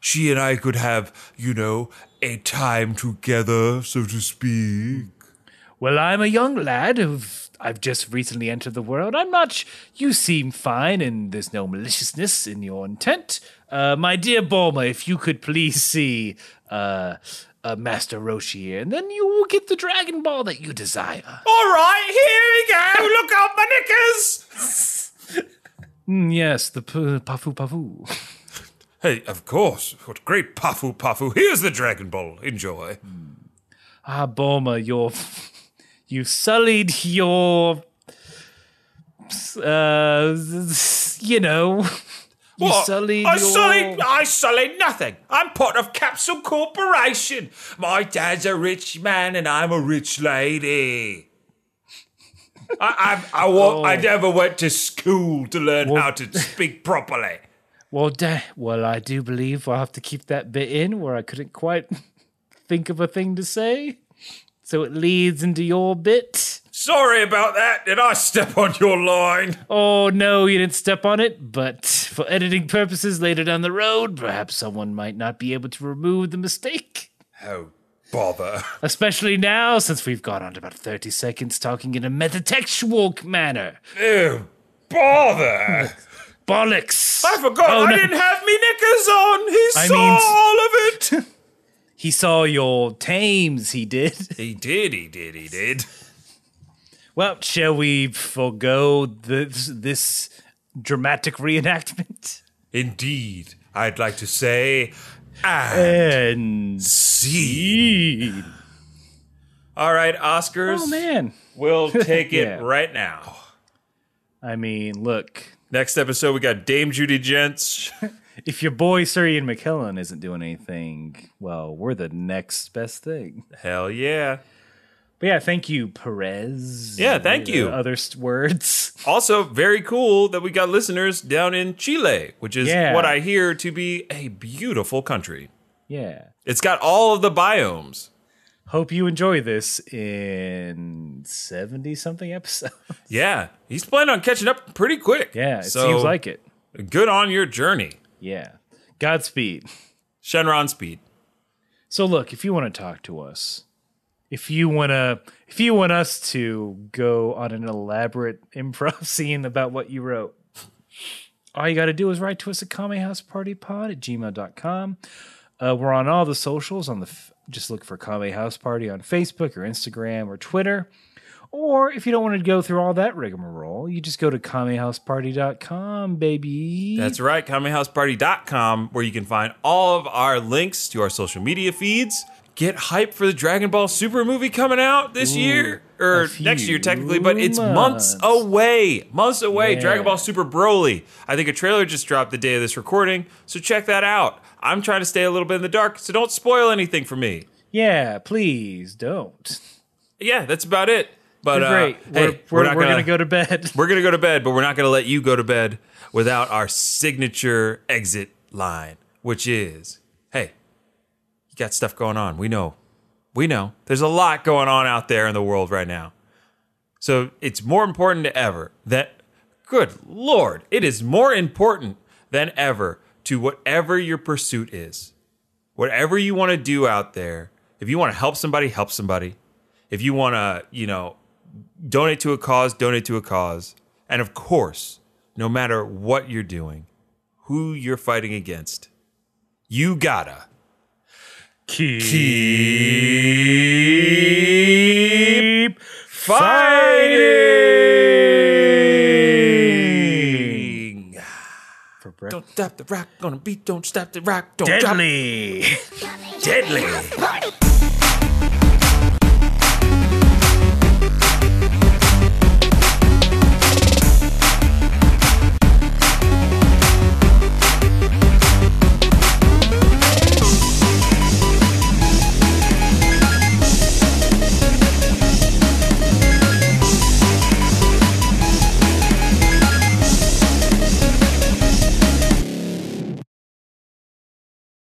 she and I could have, you know, a time together, so to speak. Well, I'm a young lad who've I've just recently entered the world. I'm not. Sh- you seem fine, and there's no maliciousness in your intent, uh, my dear Bulma. If you could please see uh, uh, Master Roshi here, and then you will get the Dragon Ball that you desire. All right, here we go. Look out, my knickers. Mm, yes, the p- pafu pafu. Hey, of course. What great puffu puffu. Here's the Dragon Ball. Enjoy. [LAUGHS] Ah, Bulma, you're you sullied your. Uh, you know, you sullied. I your... sullied. I sullied nothing. I'm part of Capsule Corporation. My dad's a rich man, and I'm a rich lady. I I, I, [LAUGHS] wa- Oh. I never went to school to learn how to speak properly. Well, da- well, I do believe I'll have to keep that bit in where I couldn't quite [LAUGHS] think of a thing to say. So it leads into your bit. Sorry about that. Did I step on your line? [LAUGHS] Oh no, you didn't step on it, but for editing purposes later down the road, perhaps someone might not be able to remove the mistake. Oh, bother. Especially now, since we've gone on about 30 seconds talking in a metatextual manner. Oh, [LAUGHS] bother. Bollocks! I forgot Oh, I no. didn't have me knickers on. He I saw mean- all [LAUGHS] of it. He saw your tames, he did. [LAUGHS] he did. He did. He did. Well, shall we forego this, this dramatic reenactment? Indeed, I'd like to say, ah, And see. All right, Oscars, oh man, [LAUGHS] we'll take it Yeah. right now. I mean, look, Next episode, we got Dame Judy [LAUGHS] Gents. if your boy Sir Ian McKellen isn't doing anything, well, we're the next best thing. Hell yeah. But yeah, thank you, Perez. Yeah, thank Uh, you. Other st- words. Also, very cool that we got listeners down in Chile, which is Yeah. what I hear to be a beautiful country. Yeah. It's got all of the biomes. Hope you enjoy this in seventy something episode. Yeah, he's planning on catching up pretty quick. [LAUGHS] Yeah, it So, seems like it. Good on your journey. Yeah. Godspeed. Shenron Speed. So look, if you want to talk to us, if you want to if you want us to go on an elaborate [LAUGHS] improv scene about what you wrote, all you got to do is write to us at kamehousepartypod at gmail.com. Uh, we're on all the socials on the f- just look for Kame House Party on Facebook or Instagram or Twitter. Or if you don't want to go through all that rigmarole, you just go to kamehouseparty.com, baby. That's right, CommonHouseParty.com, where you can find all of our links to our social media feeds. Get hype for the Dragon Ball Super movie coming out this year or a next year, few technically, but it's months months. away. Months away. Yeah. Dragon Ball Super Broly. I think a trailer just dropped the day of this recording, so check that out. I'm trying to stay a little bit in the dark, so don't spoil anything for me. yeah, please don't. Yeah, that's about it. But uh, Great. hey, we're we're, not we're going to go to bed. [LAUGHS] We're gonna go to bed, but we're not gonna let you go to bed without our signature exit line, which is, "Hey, you got stuff going on. We know, we know. There's a lot going on out there in the world right now. So it's more important than ever that, good lord, it is more important than ever to whatever your pursuit is, whatever you want to do out there. If you want to help somebody, help somebody. If you want to, you know, donate to a cause, donate to a cause. And of course, no matter what you're doing, who you're fighting against, you gotta Keep fighting. for breath. Don't stop the rock on the beat. Don't stop the rock. Don't drop. Deadly. Deadly. Party.